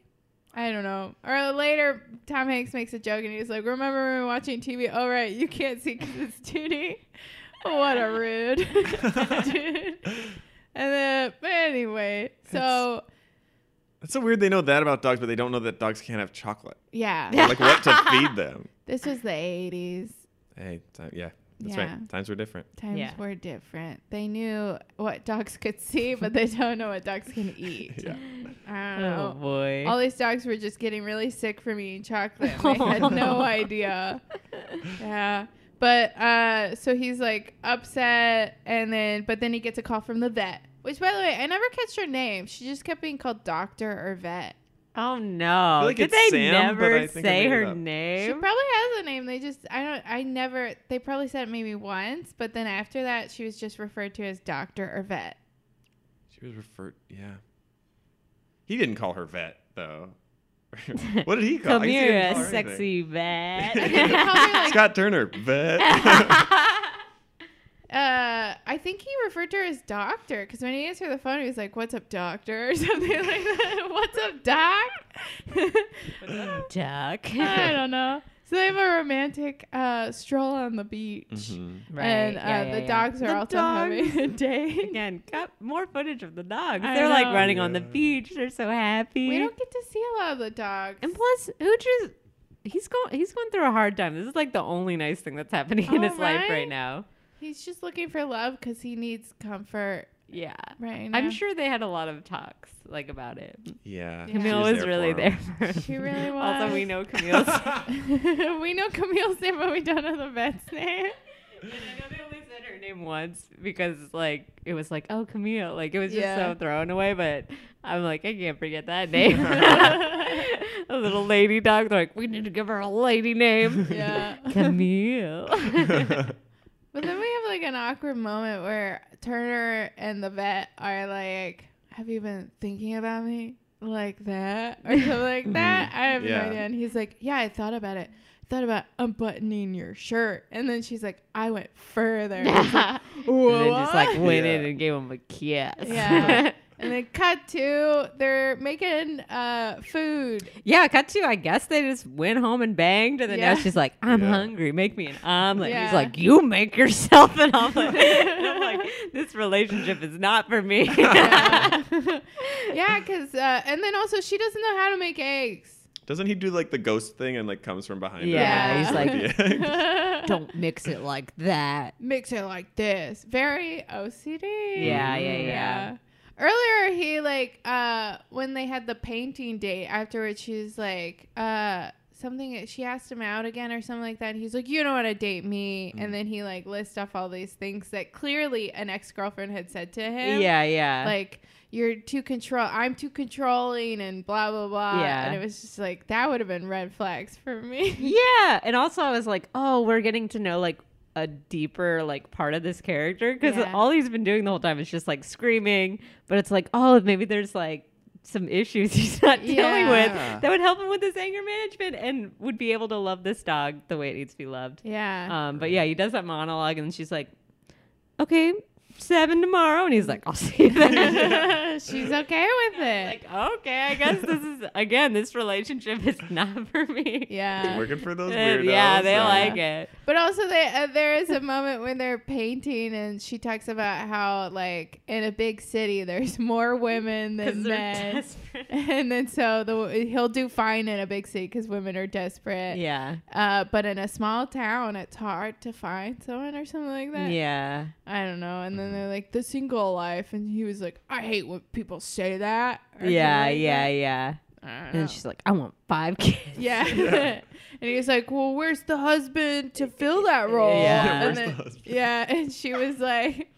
I don't know. Or later, Tom Hanks makes a joke and he's like, Remember when we were watching TV? Oh, right, you can't see because it's 2D. What a rude dude. And then, but anyway, so
It's so weird. They know that about dogs, but they don't know that dogs can't have chocolate.
yeah.
Or, like what to feed them.
This was the 80s.
Hey, ti- yeah, that's
Yeah.
right. Times were different.
Times
Yeah.
were different. They knew what dogs could see, but they don't know what dogs can eat.
Yeah.
I don't
Oh,
know.
boy.
All these dogs were just getting really sick from eating chocolate. and They had no idea. Yeah. But uh, so he's like upset, and then but then he gets a call from the vet. Which, by the way, I never catch her name. She just kept being called doctor or vet.
oh, no.
I feel like
Did they
it's Sam, but I
never
think I
say
made it
her
up.
She
name?
probably has a name. They just I don't I never they probably said it maybe once, but then after that she was just referred to as doctor or vet.
She was referred. Yeah. He didn't call her vet though. what did he call?
Come
I guess he
here, a
didn't call her anything.
sexy vet.
He called her, like,
Scott Turner, vet.
uh, I think he referred to her as doctor because when he answered the phone, he was like, "What's up, doctor?" or something like that. What's up, doc?
Duck.
I don't know. So they have a romantic uh, stroll on the beach,
Mhm.
Right.
and uh,
yeah, yeah,
the
yeah.
dogs are
The
also
dogs.
having a date.
Again, got more footage of the dogs.
I
They're like
know.
running on the
Yeah.
beach. They're so happy.
We don't get to see a lot of the dogs.
And plus, Hooch is he's going he's going through a hard time. This is like the only nice thing that's happening in
Oh,
his life
right?
right now.
He's just looking for love because he needs comfort
Yeah.
right now.
I'm sure they had a lot of talks like about it.
Yeah. she
Camille was really
for him.
there. For him.
She really was.
Also, we know Camille's.
we know Camille's name, but we don't know the vet's name.
I know they only said her name once because like it was like oh Camille like it was just
Yeah.
so thrown away but I'm like I can't forget that name a little lady dog they're like we need to give her a lady name
Yeah.
Camille
But then we have like an awkward moment where Turner and the vet are like, Have you been thinking about me? Like that? Or something like that? I have
Yeah.
no idea. And he's like, Yeah, I thought about it. Thought about unbuttoning your shirt. And then she's like, I went further. He's like,
and then just like
"What?"
went in
Yeah.
and gave him a kiss
Yeah. And then cut to they're making uh food.
yeah cut to I guess they just went home and banged and then
Yeah.
now she's like I'm
Yeah.
hungry make me an omelet
Yeah.
he's like you make yourself an omelet and I'm like this relationship is not for me
Yeah, because uh, and then also she doesn't know how to make eggs.
Doesn't he do like the ghost thing and like comes from behind? her?
Yeah, he's like-
Yeah.
Don't mix it like that.
mix it like this. Very OCD.
Yeah, yeah, yeah.
Earlier he like uh when they had the painting date afterwards she's like uh something she asked him out again or something like that and he's like you don't want to date me
Mm.
and then he like lists off all these things that clearly an ex-girlfriend had said to him
Yeah, yeah.
like you're too control I'm too controlling and blah blah blah
Yeah.
and it was just like that would have been red flags for me
yeah. And also, I was like, oh, we're getting to know like a deeper like part of this character because
Yeah.
all he's been doing the whole time is just like screaming. But it's like, oh, maybe there's like some issues he's not dealing with
Yeah.
that would help him with his anger management and would be able to love this dog the way it needs to be loved.
yeah
Um, but yeah, he does that monologue, and she's like, "Okay, seven tomorrow," and he's like, "I'll see you then."
she's okay with it
like, okay, I guess this is again, this relationship is not for me.
yeah
Working for those
Uh,
weirdos.
yeah, they
uh,
like it.
But also, they, uh, there is a moment when they're painting, and she talks about how, like, in a big city, there's more women than
Because they're
men.
desperate.
And then so the he'll do fine in a big city because women are desperate.
Yeah,
Uh, but in a small town, it's hard to find someone or something like that.
yeah,
I don't know. And then they're like the single life, and he was like, I hate when people say that. or something
yeah,
like
yeah,
that.
yeah.
I don't
And
know.
she's like, "I want five kids."
Yeah. and he's like, Well, where's the husband to fill that role?
Yeah.
Yeah,
and
where's the
then-
husband?
yeah, and she was like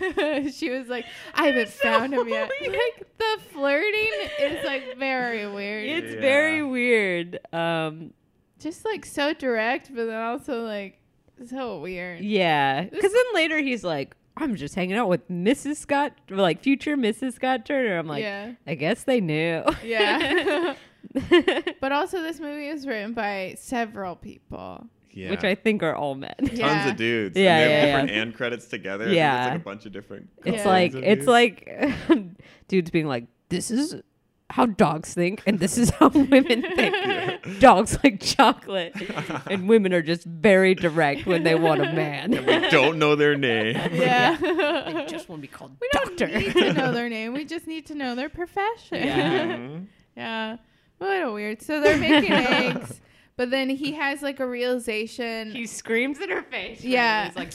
she was like, I haven't found him yet. Like the flirting is like very weird.
It's
Yeah.
very weird. Um,
just like so direct, but then also like so weird.
yeah, because then later he's like, "I'm just hanging out with Mrs. Scott, like future Mrs. Scott Turner." I'm like,
yeah.
I guess they knew.
Yeah. but also this movie is written by several people.
Yeah.
Which I think are all men.
Tons
Yeah.
of dudes.
Yeah,
and they have
yeah,
different end credits together. I think
Yeah.
It's like a bunch of different.
It's
Yeah.
like
couples of
it's
dudes.
like dudes being like, This is how dogs think and this is how women think. Dogs like chocolate. and women are just very direct when they want a man.
we don't know their name.
Yeah.
they just want to be called
we don't
doctor.
need to know their name. We just need to know their profession.
Yeah.
Mhm.
Yeah. What a weird. So they're making eggs, but then he has like a realization.
he screams in her face.
Yeah.
He's like,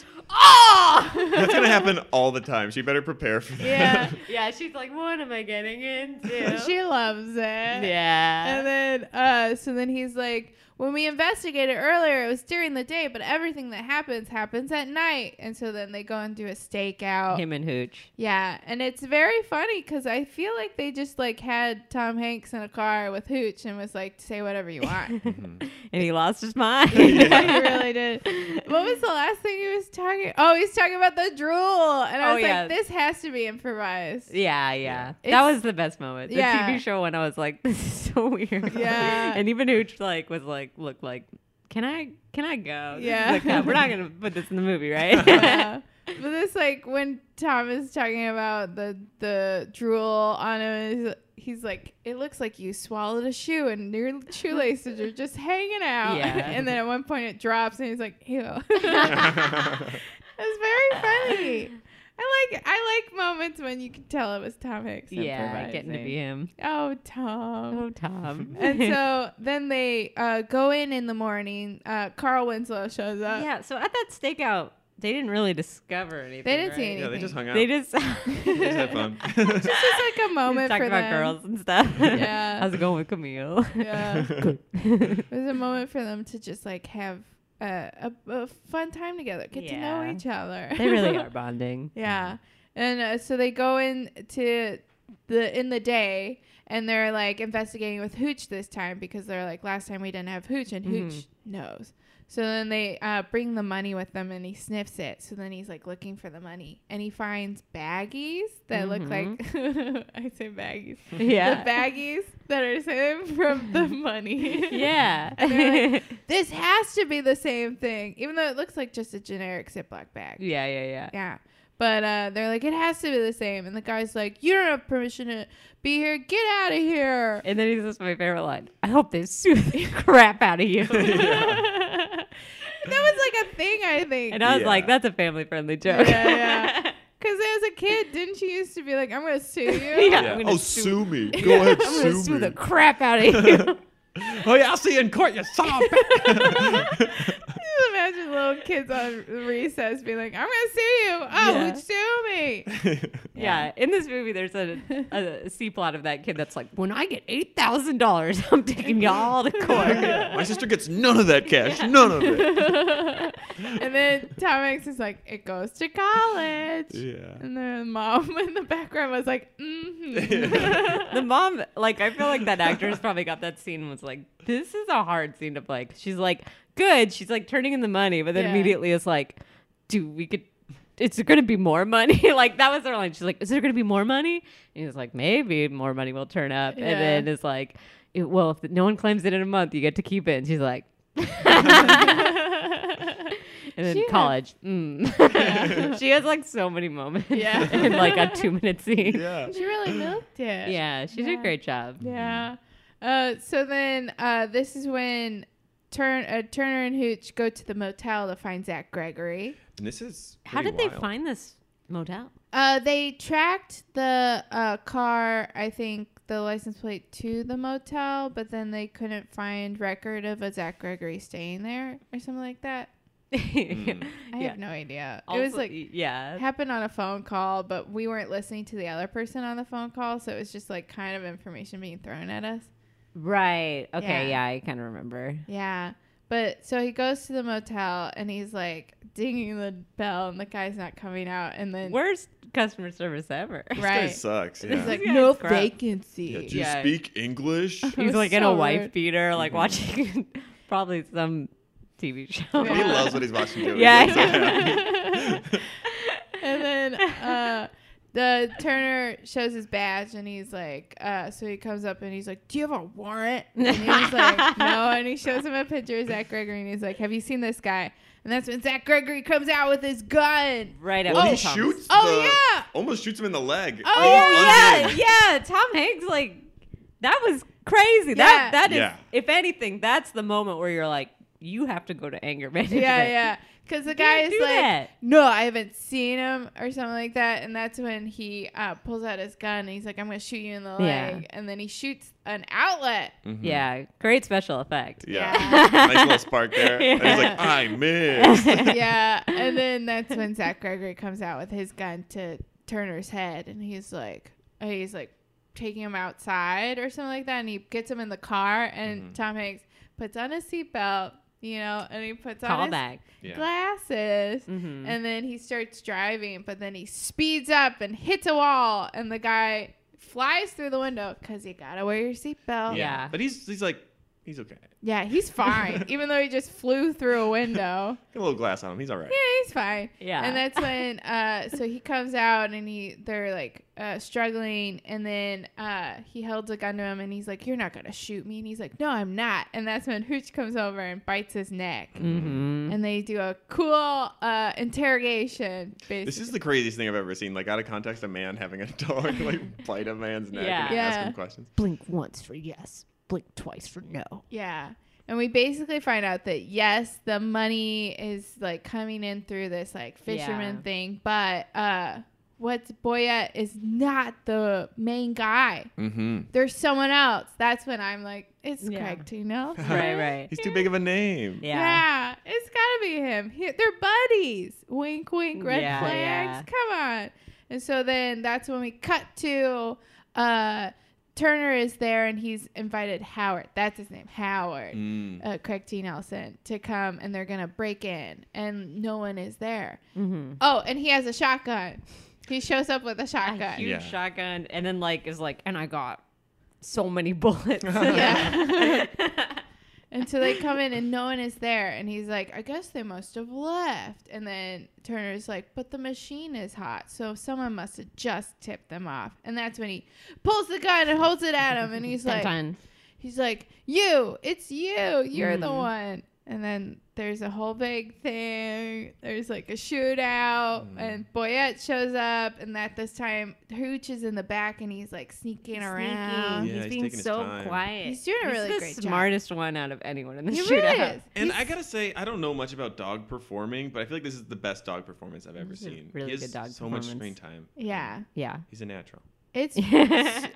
Oh
That's gonna happen all the time. She better prepare for that.
yeah.
Yeah, she's like, What am I getting into?
she loves it. Yeah. And
yeah.
then uh so then he's like when we investigated earlier it was during the day, but everything that happens happens at night. And so then they go and do a stakeout.
Him and Hooch.
Yeah, and it's very funny cuz I feel like they just like had Tom Hanks in a car with Hooch and was like say whatever you want.
And he lost his mind.
he really did. What was the last thing he was talking? Oh, he's talking about the drool, and I
Oh,
was
yeah.
like, this has to be improvised.
Yeah, yeah. That
It's-
was the best moment. The
Yeah.
TV show when I was like, this is so weird.
Yeah.
and even Hooch like was like, look like, can I can I go? This is,
Yeah.
like, not- we're not gonna put this in the movie, right?
Yeah. but this like when Tom is talking about the the drool on him, he's, he's like, it looks like you swallowed a shoe and your shoelaces are just hanging out.
Yeah.
and then at one point it drops, and he's like, ew. It's very funny. I like I like moments when you can tell it was Tom Hanks.
yeah, getting to
improvising.
be him.
Oh, Tom.
Oh, Tom.
And so then they uh, go in in the morning. Uh, Carl Winslow shows up.
yeah, so at that stakeout, they didn't really discover anything.
They didn't see
right?
Yeah, they just hung out.
They just,
They just had fun.
It's just like a moment
talked
for
about
them.
girls and stuff.
Yeah.
how's it going with Camille?
Yeah,
uh,
it was a moment for them to just like have a, a, a fun time together, get to
Yeah.
know each other.
they really are bonding.
yeah, and uh, so they go in to the in the day, and they're like investigating with Hooch this time because they're like last time we didn't have Hooch, and Hooch
Mm-hmm.
knows. So then they uh, bring the money with them, and he sniffs it. So then he's like looking for the money, and he finds baggies that look like I say baggies,
Mm-hmm. Yeah,
the baggies that are same from the money.
yeah.
They're like- this has to be the same thing, even though it looks like just a generic Ziploc bag.
yeah, yeah, yeah.
Yeah. But uh, they're like, it has to be the same. And the guy's like, you don't have permission to be here. Get out of here.
And then he says my favorite line. I hope they sue the crap out of you.
That was like a thing, I think.
And I was
Yeah.
like, that's a family friendly joke.
Yeah, yeah. Because as a kid, didn't you used to be like, I'm going to sue you?
Yeah.
Yeah.
I'm gonna
Oh,
sue-
sue me. Go ahead,
I'm gonna
sue
sue
me.
the crap out of you.
Oh yeah, I'll see you in court, you son of a bitch.
Just imagine little kids on recess being like, "I'm gonna sue you! Oh,
Yeah.
sue me!"
Yeah.
Yeah. in this movie, there's a, a C plot of that kid that's like, when I get eight thousand
dollars. I'm taking y'all to court.
My sister gets none of that cash, none of it.
And then Tom Hanks is like, "It goes to college."
Yeah.
And then mom in the background was like, mm
the mom,
like I feel like that actress probably got that scene and was like, this is a hard scene to play. 'Cause She's like, good. She's like turning in the money, but then
Yeah.
immediately it's like,
do we could? It's gonna be more money. like that was their line. She's like, "Is there gonna be more money?" And he's like, "Maybe more money will turn up."
Yeah.
And then it's like, it- "Well, if no one claims it in a month, you get to keep it." And she's like, "And then
She had-
college." mm. she has like so many moments.
Yeah.
in like a two-minute scene. Yeah,
Yeah.
She really milked it.
she did
Yeah.
a great job.
Yeah. Uh, so then uh, this is when Turn uh, Turner and Hooch go to the motel to find Zach Gregory.
And this is
How did
pretty
they
wild.
find this motel?
Uh, they tracked the uh, car, I think, the license plate to the motel, but then they couldn't find record of a Zach Gregory staying there or something like that.
Hmm.
I
Yeah.
have no idea. it was
Also-
like
yeah,
happened on a phone call, but we weren't listening to the other person on the phone call, so it was just like kind of information being thrown at us.
right. Okay,
Yeah.
yeah, I kind of remember.
Yeah. But so he goes to the motel and he's like dinging the bell, and the guy's not coming out. And then
Worst customer service ever.
This guy
right,
sucks.
he's
Yeah.
like
Yeah,
no
it's crap.
Yeah, do
vacancy.
you
Yeah.
speak English?
It
He's
was
like in
so
a wife
rude.
beater,
Mm-hmm.
like watching probably some TV show.
He
Yeah.
loves what he's watching. Doing.
Yeah.
and then uh, the Turner shows his badge, and he's like, uh, so he comes up and he's like, "Do you have a warrant?" And he's like, "No." And he shows him a picture of Zach Gregory, and he's like, "Have you seen this guy?" And that's when Zach Gregory comes out with his gun.
Right at
Well, he
Tom Hanks.
shoots.
Oh,
the-
yeah.
Almost shoots him in the leg.
Oh,
Oh
unhinged.
yeah, yeah. Tom Hanks, like that was crazy.
Yeah.
That that is,
Yeah.
if anything, that's the moment where you're like, you have to go to anger management.
Yeah, yeah. Because the guy
can't
is
do
like,
that.
no, I haven't seen him or something like that. And that's when he uh, pulls out his gun and he's like, I'm going to shoot you in the
Yeah.
leg. And then he shoots an outlet.
Mm-hmm.
Yeah, great special effect.
Yeah. nice little spark there. And he's like,
Yeah.
I missed.
yeah. And then that's when Zach Gregory comes out with his gun to Turner's head. And he's like, uh, he's like taking him outside or something like that. And he gets him in the car. And Tom Hanks puts on his seatbelt, you know, and he puts on
Call Mm-hmm.
his
back.
glasses. And then he starts driving, but then he speeds up and hits a wall. And the guy flies through the window because you got to wear your seatbelt.
Yeah.
But he's he's like, he's okay.
Yeah, he's fine, even though he just flew through a window.
Get a little glass on him. He's all right.
Yeah, he's fine.
Yeah.
And that's when uh so he comes out and he they're like uh struggling and then uh he holds a gun to him and he's like, You're not gonna shoot me and he's like, No, I'm not and that's when Hooch comes over and bites his neck.
Mm-hmm.
And they do a cool uh interrogation basically.
This is the craziest thing I've ever seen. Like out of context, a man having a dog like bite a man's neck and
Yeah.
ask
Yeah.
him questions.
Blink once for yes. Blink twice for no.
Yeah. And we basically find out that yes, the money is like coming in through this like fisherman
Yeah.
thing, but uh what's Boya is not the main guy.
Mm-hmm.
There's someone else. That's when I'm like, it's
Yeah.
Craig Tino.
Right, right.
He's too big of a name.
Yeah.
Yeah. it's gotta be him. He, they're buddies. Wink, wink. Red
Yeah.
flags. Come on. And so then that's when we cut to uh, Turner is there and he's invited Howard. That's his name, Howard.
Mm.
Uh, Craig T. Nelson to come and they're gonna break in and no one is there.
Mm-hmm.
Oh, and he has a shotgun. He shows up with a
A
shotgun.
huge
Yeah.
shotgun, and then like is like, and I got so many bullets.
Yeah. And so they come in and no one is there. And he's like, I guess they must have left. And then Turner's like, but the machine is hot. So someone must have just tipped them off. And that's when he pulls the gun and holds it at him. And he's
Dun,
like,
dun.
he's like, you, it's you. You're the
Mhm.
one. And then there's a whole big thing. There's like a shootout.
Mm-hmm.
And Boyette shows up. And at this time, Hooch is in the back and he's like sneaking around.
Sneaky. he's
Yeah, he's
being
taking his
so
time.
quiet.
He's doing a really
the
great job.
smartest one out of anyone in the
He
shootout.
really is.
And
He's-
I gotta say, I don't know much about dog performing, but I feel like this is the best dog performance I've ever
This is a
seen.
really
he has
good dog
so much
performance.
screen time.
yeah.
Yeah.
He's a natural.
It's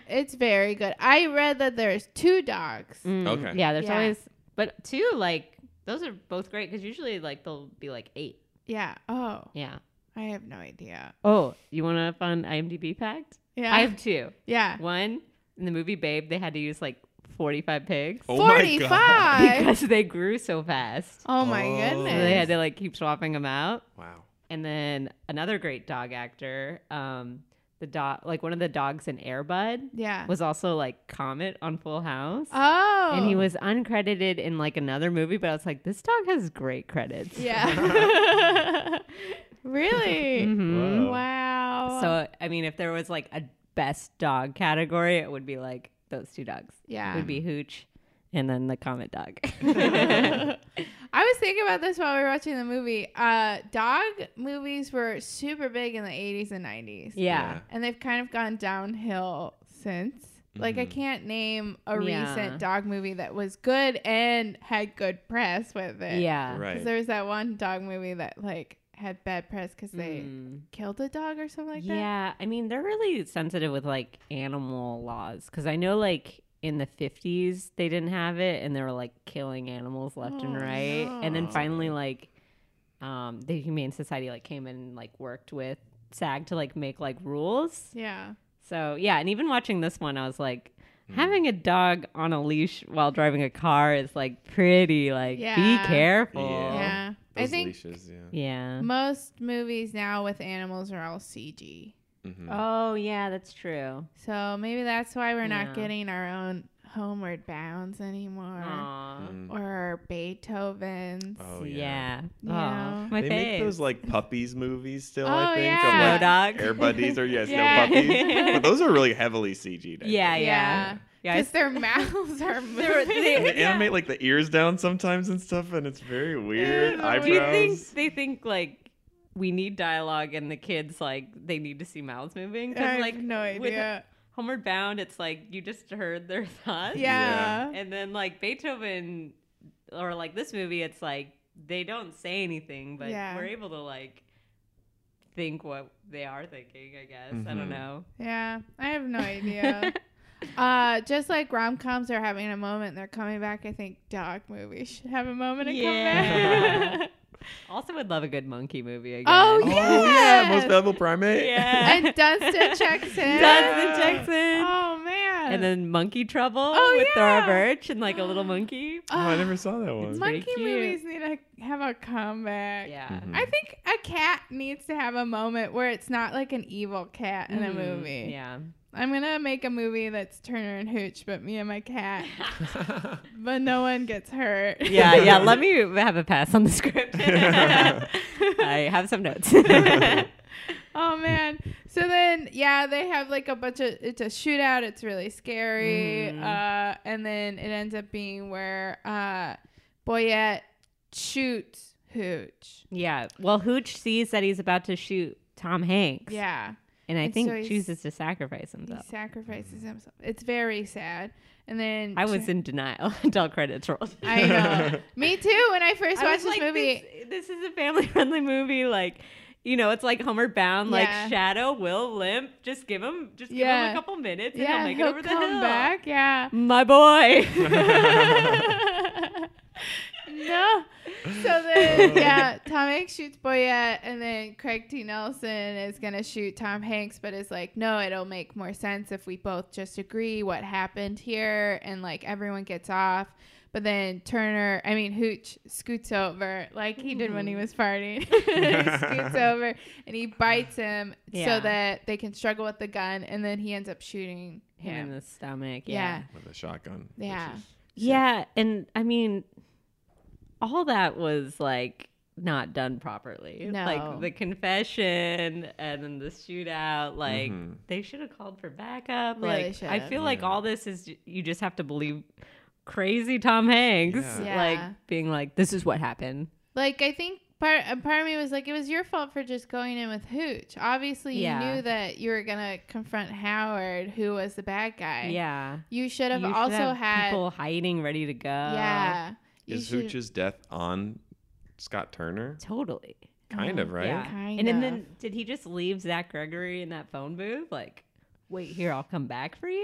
it's very good. I read that there's two dogs.
Mm,
Okay.
Yeah, there's
Yeah.
always, but two like those are both great because usually like they'll be like eight.
Yeah. Oh,
Yeah.
I have no idea.
Oh, you want a fun IMDb fact?
Yeah.
I have two.
yeah.
One in the movie Babe, they had to use like 45 pigs
Oh my god!
45.
because they grew so fast.
Oh my
Oh.
goodness.
So they had to like keep swapping them out.
Wow.
And then another great dog actor, um, the dog, like one of the dogs in Airbud,
yeah.
was also like Comet on Full House.
oh.
And he was uncredited in like another movie, but I was like, this dog has great credits.
Yeah. really?
Mhm.
Wow.
Wow.
So, I mean, if there was like a best dog category, it would be like those two dogs. It
yeah.
would be Hooch and then the Comet dog.
I was thinking about this while we were watching the movie. Uh, dog movies were super big in the 80s and 90s.
yeah.
And they've kind of gone downhill since. Like, I
Mhm.
can't name a
Yeah.
recent dog movie that was good and had good press with it.
Yeah.
Right.
Because there was that one dog movie that, like, had bad press because they
Mm.
killed a dog or something like that.
yeah. I mean, they're really sensitive with like animal laws because I know like in the 50s they didn't have it and they were like killing animals left and
Oh,
right. And then
no.
finally, like, um, the Humane Society like came in and like worked with SAG to like make like rules.
Yeah.
So yeah, and even watching this one, I was like,
Hmm.
having a dog on a leash while driving a car is like pretty. Like,
Yeah.
be careful. Yeah.
Yeah.
Oh,
Mm.
Those
I think
leashes, yeah.
yeah.
most movies now with animals are all CG.
Mhm.
Oh yeah, that's true.
So maybe that's why we're
Yeah.
not getting our own Homeward Bounds anymore.
Aw.
Mm.
Or our Beethoven's.
Oh,
So, yeah.
yeah.
You
Aw,
know?
my
they make
fave.
those like puppies movies still,
Oh,
I think.
yeah.
of, like,
Snow dogs.
Air buddies or yes,
Yeah.
no puppies. But those are really heavily CG'd. I
yeah,
think.
yeah, yeah. I
Because their mouths are moving.
And they
Yeah.
animate like the ears down sometimes and stuff, and it's very weird.
Yeah.
Eyebrows.
Do you think they think like we need dialogue and the kids like they need to see mouths moving?
I have
like
no
with
idea.
Homeward Bound, it's like you just heard their thoughts.
yeah.
And then like Beethoven or like this movie, it's like they don't say anything, but
Yeah.
we're able to like think what they are thinking. I guess I
Mhm.
don't know.
Yeah. I have no idea. uh, just like rom coms are having a moment, they're coming back. I think dog movies should have a moment and come back.
also, would love a good monkey movie again.
Oh,
Oh
Yes!
yeah, most valuable primate.
yeah.
and Dunstan checks in.
Dunstan Jackson.
Oh man.
and then Monkey Trouble
Oh,
with Thora
yeah.
Birch and like a little monkey.
Oh, I never saw that
It's
one.
my- pretty
monkey
cute.
movies need to have a comeback.
Yeah.
Mhm.
I think a cat needs to have a moment where it's not like an evil cat in a
Mm,
movie.
Yeah.
I'm gonna make a movie that's Turner and Hooch, but me and my cat, but no one gets hurt.
Yeah, yeah. Let me have a pass on the script. I have some notes.
oh man. So then, yeah, they have like a bunch of. It's a shootout. It's really scary.
Mhm.
Uh, and then it ends up being where uh, Boyette shoots Hooch.
yeah. Well, Hooch sees that he's about to shoot Tom Hanks.
Yeah.
And I
And
think
so he's-
chooses to sacrifice
He
himself.
sacrifices himself. It's very sad. And then
I was in denial until credits rolled.
I know. Me too. When I first
I
watched
was
this
like,
movie,
This, this is a family friendly movie. Like, you know, it's like Homer Bound,
Yeah.
like Shadow will limp. Just give him, just give him
Yeah.
a couple minutes and
yeah,
he'll make
he'll
it over the
come
hill.
back. Yeah.
My boy.
no. So then, yeah, Tom Hanks shoots Boyette, and then Craig T. Nelson is gonna shoot Tom Hanks, but is like, no, it'll make more sense if we both just agree what happened here, and like everyone gets off. But then Turner, I mean Hooch, scoots over like he did
Mm-hmm.
when he was farting. he scoots over and he bites him
Yeah.
so that they can struggle with the gun, and then he ends up shooting
Him in
him.
the stomach.
Yeah.
Yeah.
With a shotgun. which
Yeah.
is-
Yeah. And I mean, all that was like not done properly.
No.
Like the confession and then the shootout. Like
Mhm.
they should have called for backup.
Really
like
should
I
have.
feel like
Yeah.
all this is you just have to believe crazy Tom Hanks.
Yeah.
Yeah.
Like being like, this is what happened.
Like I think part a part of me was like, it was your fault for just going in with Hooch. Obviously, you
Yeah.
knew that you were gonna confront Howard, who was the bad guy.
Yeah.
you should have
You should
also
have
had.
people uh, hiding ready to go.
yeah, you
Is
should-
Hooch's death on Scott Turner?
Totally.
Kind of, right?
Yeah.
Kind
and, then-
of.
then did he just leave Zach Gregory in that phone booth? Like wait here, I'll come back for you.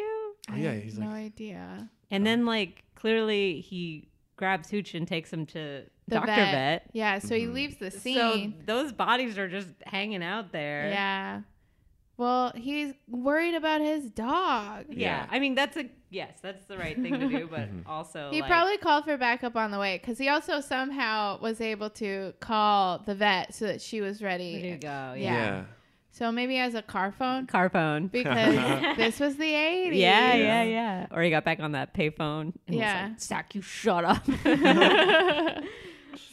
Oh, yeah,
I have
he's
no
like-
idea.
And then like clearly he grabs Hooch and takes him to
The
Doctor Vet.
Yeah, so
Mm-hmm.
he leaves the
So
scene.
those bodies are just hanging out there.
yeah. Well, he's worried about his dog.
Yeah.
Yeah.
I mean, that's a yes, that's the right thing to do, but also
He
like,
probably called for backup on the way because he also somehow was able to call the vet so that she was
There you
ready.
go. Yeah.
Yeah. So maybe he has a car phone
Car phone.
because this was the 80s.
Yeah, yeah, yeah. Or he got back on that payphone. and was
Yeah.
like, Zach, you shut up.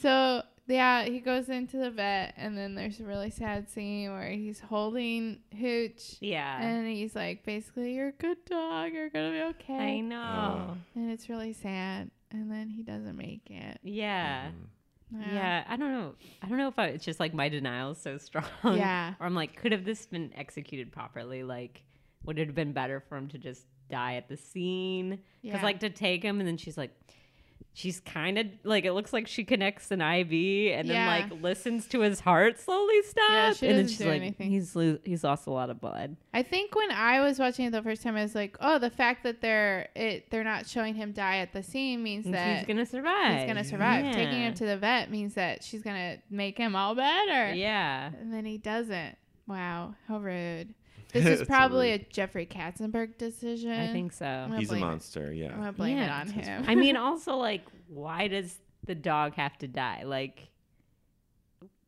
so yeah, he goes into the vet, and then there's a really sad scene where he's holding Hooch,
yeah.
and he's like, basically, "You're a good dog. You're gonna be okay."
I know.
Uh,
And it's really sad. And then he doesn't make it.
yeah.
Yeah.
Yeah, I don't know. I don't know if I, it's just like my denial is so strong.
Yeah.
or I'm like, could have this been executed properly? Like, would it have been better for him to just die at the scene? Because
Yeah.
like to take him and then she's like, she's kind of like it looks like she connects an IV and
Yeah.
then like listens to his heart slowly stop.
she
and then
doesn't
she's
do
like,
anything.
he's lo- he's lost a lot of blood.
I think when I was watching it the first time, I was like, "Oh, the fact that they're it, they're not showing him die at the scene means
And
that
he's gonna survive.
he's gonna survive.
Yeah.
Taking him to the vet means that she's gonna make him all better."
yeah.
And then he doesn't. Wow, how rude! This is
It's
probably a
rude.
Jeffrey Katzenberg decision.
I think so.
I'm gonna
He's a
blame it-
monster.
I'm
Yeah.
gonna blame
Yeah,
it on him.
I mean, also like, why does the dog have to die? Like,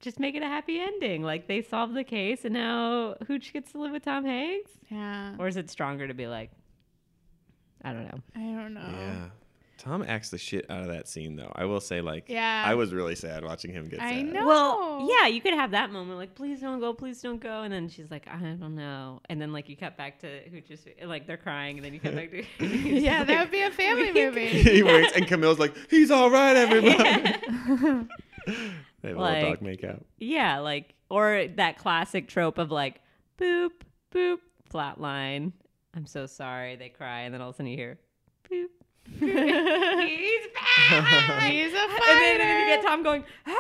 just make it a happy ending. Like they solve the case, and now Hooch gets to live with Tom Hanks.
yeah,
Or is it stronger to be like, I don't know.
I don't know.
Yeah. Tom acts the shit out of that scene, though. I will say, like,
Yeah.
I was really sad watching him get
I
sad.
know.
Well, yeah, you could have that moment like, please don't go, please don't go, and then she's like, I don't know, and then like you cut back to Hooch's, like they're crying, and then you cut back to
yeah, that would be a family movie.
he waits, and Camille's like, "He's all right, everybody." they have a little
Like-
dog make out.
Yeah, like or that classic trope of like boop boop flat line. I'm so sorry. They cry, and then all of a sudden you hear boop. He's back.
Ah, He's a
And then, and then you
fighter.
get Tom going. "Ah!"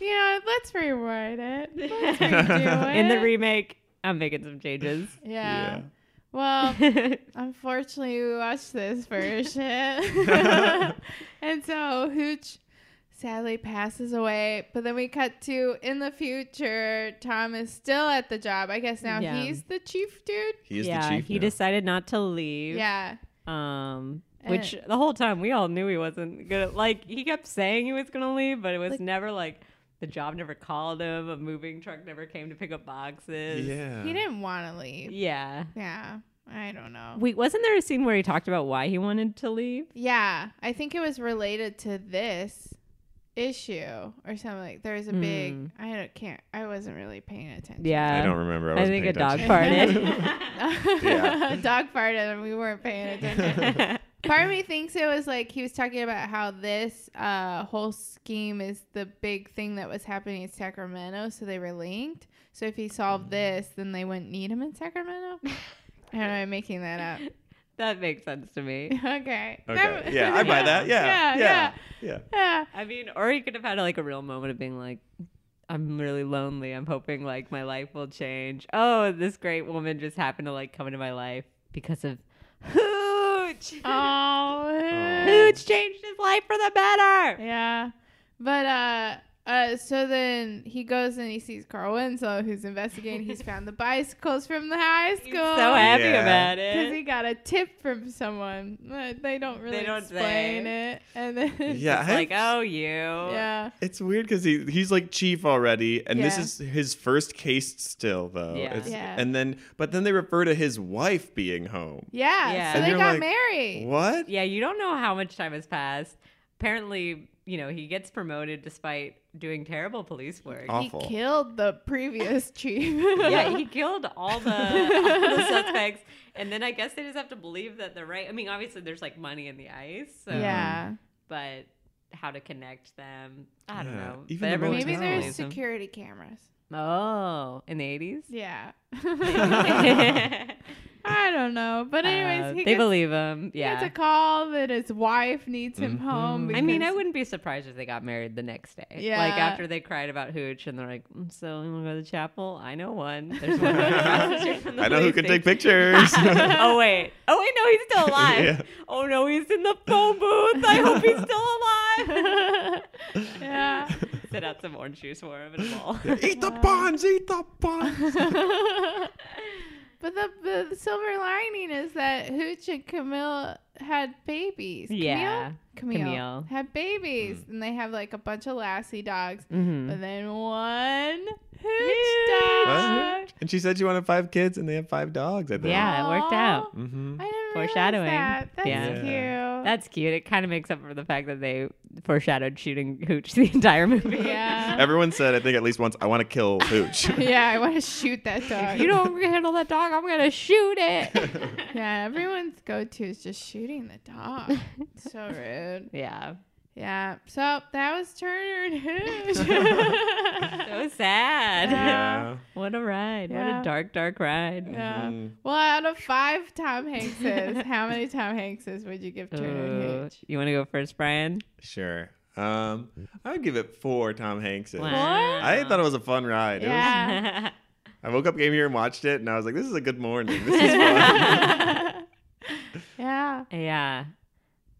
you know, let's rewrite it. Let's redo
In the
it.
remake, I'm making some changes.
yeah. Well, unfortunately, we watched this version, and so Hooch sadly passes away. But then we cut to in the future. Tom is still at the job. I guess now
Yeah.
he's the chief dude.
He is
yeah,
the chief.
he
now.
decided not to leave.
Yeah. Eh.
Um,
And-
which the whole time we all knew he wasn't gonna like. He kept saying he was gonna leave, but it was
Like-
never like the job never called him. A moving truck never came to pick up boxes.
Yeah.
He didn't want to leave.
Yeah.
Yeah. I don't know.
Wait, wasn't there a scene where he talked about why he wanted to leave?
yeah, I think it was related to this issue or something. Like there was a big. I don't, can't. I wasn't really paying attention.
Hmm. Yeah.
I don't remember. I,
I
wasn't
think a
paying
dog
attention.
farted.
Yeah.
dog farted and we weren't paying attention. Part of me thinks it was like he was talking about how this uh, whole scheme is the big thing that was happening in Sacramento, so they were linked. So if he solved
Mm.
this, then they wouldn't need him in Sacramento. I don't know, I'm making that up.
that makes sense to me.
Okay. Never-
Okay. Yeah, I buy that. Yeah.
Yeah,
Yeah. Yeah.
Yeah.
I mean, or he could have had like a real moment of being like, I'm really lonely. I'm hoping like my life will change. Oh, this great woman just happened to like come into my life because of Hooch.
Oh.
Hooch changed his life for the better.
Yeah. But uh uh so then he goes and he sees Carl Winslow who's investigating. He's found the bicycles from the high school.
He's so happy
Yeah.
about
because he
it.
got a tip from someone. Uh, They don't really
don't
explain
say.
it, and then
Yeah,
It's
I-
like, oh, you.
yeah,
It's weird because he he's like chief already, and this
Yeah.
is his first case still, though.
Yeah.
It's-
Yeah.
And then, but then they refer to his wife being home.
yeah.
Yeah.
So
And
they
you're
got
like,
married.
What?
Yeah, you don't know how much time has passed. Apparently, you know, he gets promoted despite doing terrible police work.
Aw.
He
Awful.
killed the previous chief.
Yeah, he killed all the, all the suspects. And then I guess they just have to believe that they're right. I mean, obviously, there's like money in the ice. So,
yeah.
But how to connect them, I don't
Yeah,
know.
even
But
the
everyone
Maybe
Motel.
just
there's
believes him.
security cameras.
Oh, in the 80s?
Yeah. I don't know. But anyways,
Uh,
he
they
gets,
believe him.
he gets
Yeah. Mm-hmm.
a call that his wife needs him home.
I mean, I
because-
wouldn't be surprised if they got married the next day.
Yeah.
Like after they cried about hooch and they're like, "Mm, so you want to go to the chapel? I know one. There's one right across the street from the
I know who
police
can take
station."
pictures.
oh wait. Oh wait, no, he's still alive.
Yeah.
Oh no, he's in the phone booth. I hope he's still alive.
yeah.
Set out some orange juice for him and a ball.
eat the buns, eat the buns.
But the, the silver lining is that Hooch and Camille had babies. Camille?
Yeah,
Camille,
Camille. Mm.
had babies, and they have like a bunch of lassie dogs,
Mhm.
but then one Hooch dog.
and she said she wanted five kids, and they have five dogs. I think.
Yeah, Ah, it worked out.
Aw,
Mm-hmm.
I didn't foreshadowing.
Foreshadowing.
That. That's
Yeah.
cute.
That's cute. It kind of makes up for the fact that they foreshadowed shooting Hooch the entire movie.
yeah.
Everyone said, I think at least once, I want to kill Hooch.
yeah, I want to shoot that dog.
You don't handle that dog, I'm gonna shoot it.
yeah, everyone's go to is just shooting the dog. so rude.
yeah.
Yeah. So that was Turner and Hooch.
So sad.
Yeah.
What a ride. What
Yeah.
a dark, dark ride.
Yeah.
Mhm.
Well, out of five Tom Hankses, how many Tom Hankses would you give Turner and
Uh,
Ooh.
Hooch?
You want to go first, Brian?
Sure. Um, I would give it four Tom Hankses.
Wow.
I thought it was a fun ride. It was-
Yeah.
I woke up, came here, and watched it, and I was like, "This is a good morning. This is fun."
Yeah.
yeah.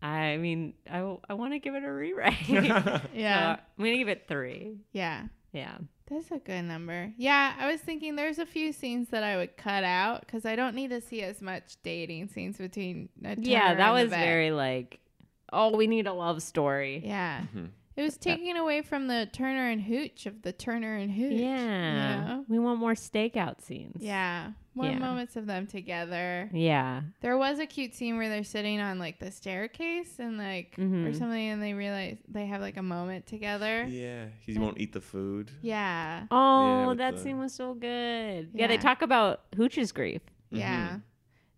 I mean, I, I want to give it a rewrite. yeah.
Yeah.
I'm going to give it three.
Yeah.
Yeah.
That's a good number. Yeah, I was thinking there's a few scenes that I would cut out because I don't need to see as much dating scenes between. A
yeah,
Turner
that
and a
was
vet.
very like, oh, we need a love story.
Yeah.
Mm-hmm.
It was taking away from the Turner and Hooch of the Turner and Hooch.
Yeah.
You know?
We want more stakeout scenes.
Yeah. More
Yeah.
moments of them together.
Yeah.
There was a cute scene where they're sitting on like the staircase and like or
Mhm.
something, and they realize they have like a moment together. Yeah.
yeah, he won't eat the food.
Yeah.
Oh,
with
that
the-
scene was so good. Yeah, they
Yeah.
talk about Hooch's grief.
Mm-hmm.
And it's,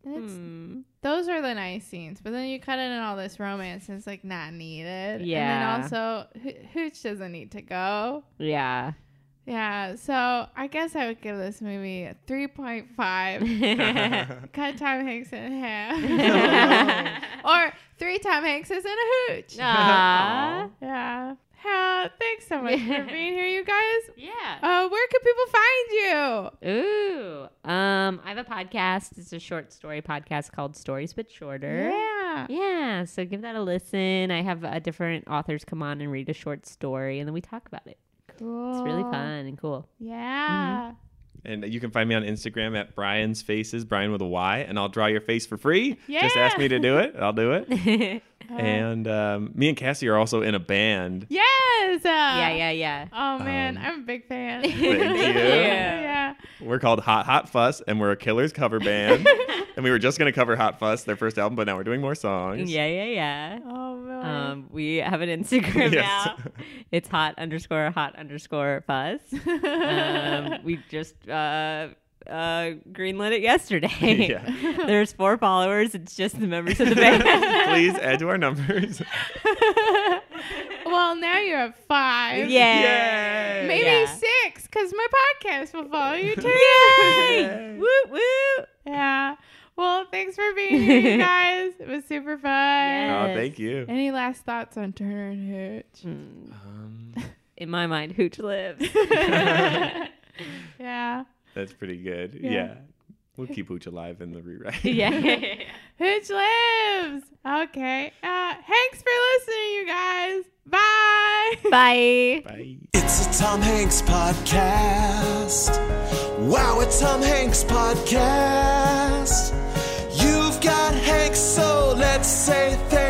Mm-hmm. Hmm.
Those are the nice scenes, but then you cut in all this romance, and it's like not needed.
Yeah.
And then also, Ho- Hooch doesn't need to go.
Yeah.
Yeah. So I guess I would give this movie a 3.5. cut Tom Hanks in half. or three Tom Hankses and a Hooch.
Aw.
Yeah. Uh, thanks so much for being here, you guys.
Yeah.
Oh.
Uh, where can people find you?
Ooh. Um, I have a podcast. It's a short story podcast called Stories But Shorter.
Yeah.
Yeah, so give that a listen. I have uh, different authors come on and read a short story, and then we talk about it.
Cool.
It's really fun Mm-hmm. and cool.
Yeah.
And you can find me on Instagram at Brian's Faces, Brian with a Y, and I'll draw your face for free. Just ask me to do it. I'll do it.
yeah,
and um, me and Cassie are also in a band.
Yes. Uh,
yeah, yeah.
Oh, man.
Um,
I'm a big fan.
Thank you.
yeah.
We're called Hot Hot Fuss, and we're a Killers cover band. and we were just gonna cover Hot Fuss, their first album, but now we're doing more songs.
Yeah, yeah, yeah.
Oh, man.
Um, we have an Instagram
Yes.
now. It's hot underscore hot underscore fuzz. um, we just uh, uh, greenlit it yesterday.
Yeah.
There's four followers. It's just the members of the band.
Please add to our numbers.
well, now you're at five.
yeah.
Yay.
Maybe
yeah.
six, because my podcast will follow you too.
Yay. Woo woo.
Yeah. Well, thanks for being here, you guys. It was super fun.
Oh,
Yes.
thank you.
Any last thoughts on Turner and Hooch?
Mm.
Um,
In my mind, Hooch lives.
Yeah.
that's pretty good. Yeah. We'll keep Hooch alive in the rewrite.
yeah.
Hooch lives. Okay. Uh, thanks for listening, you guys. Bye.
Bye.
Bye.
It's a Tom Hanks podcast. Wow, it's Tom Hanks podcast. You've got Hanks, so let's say thanks.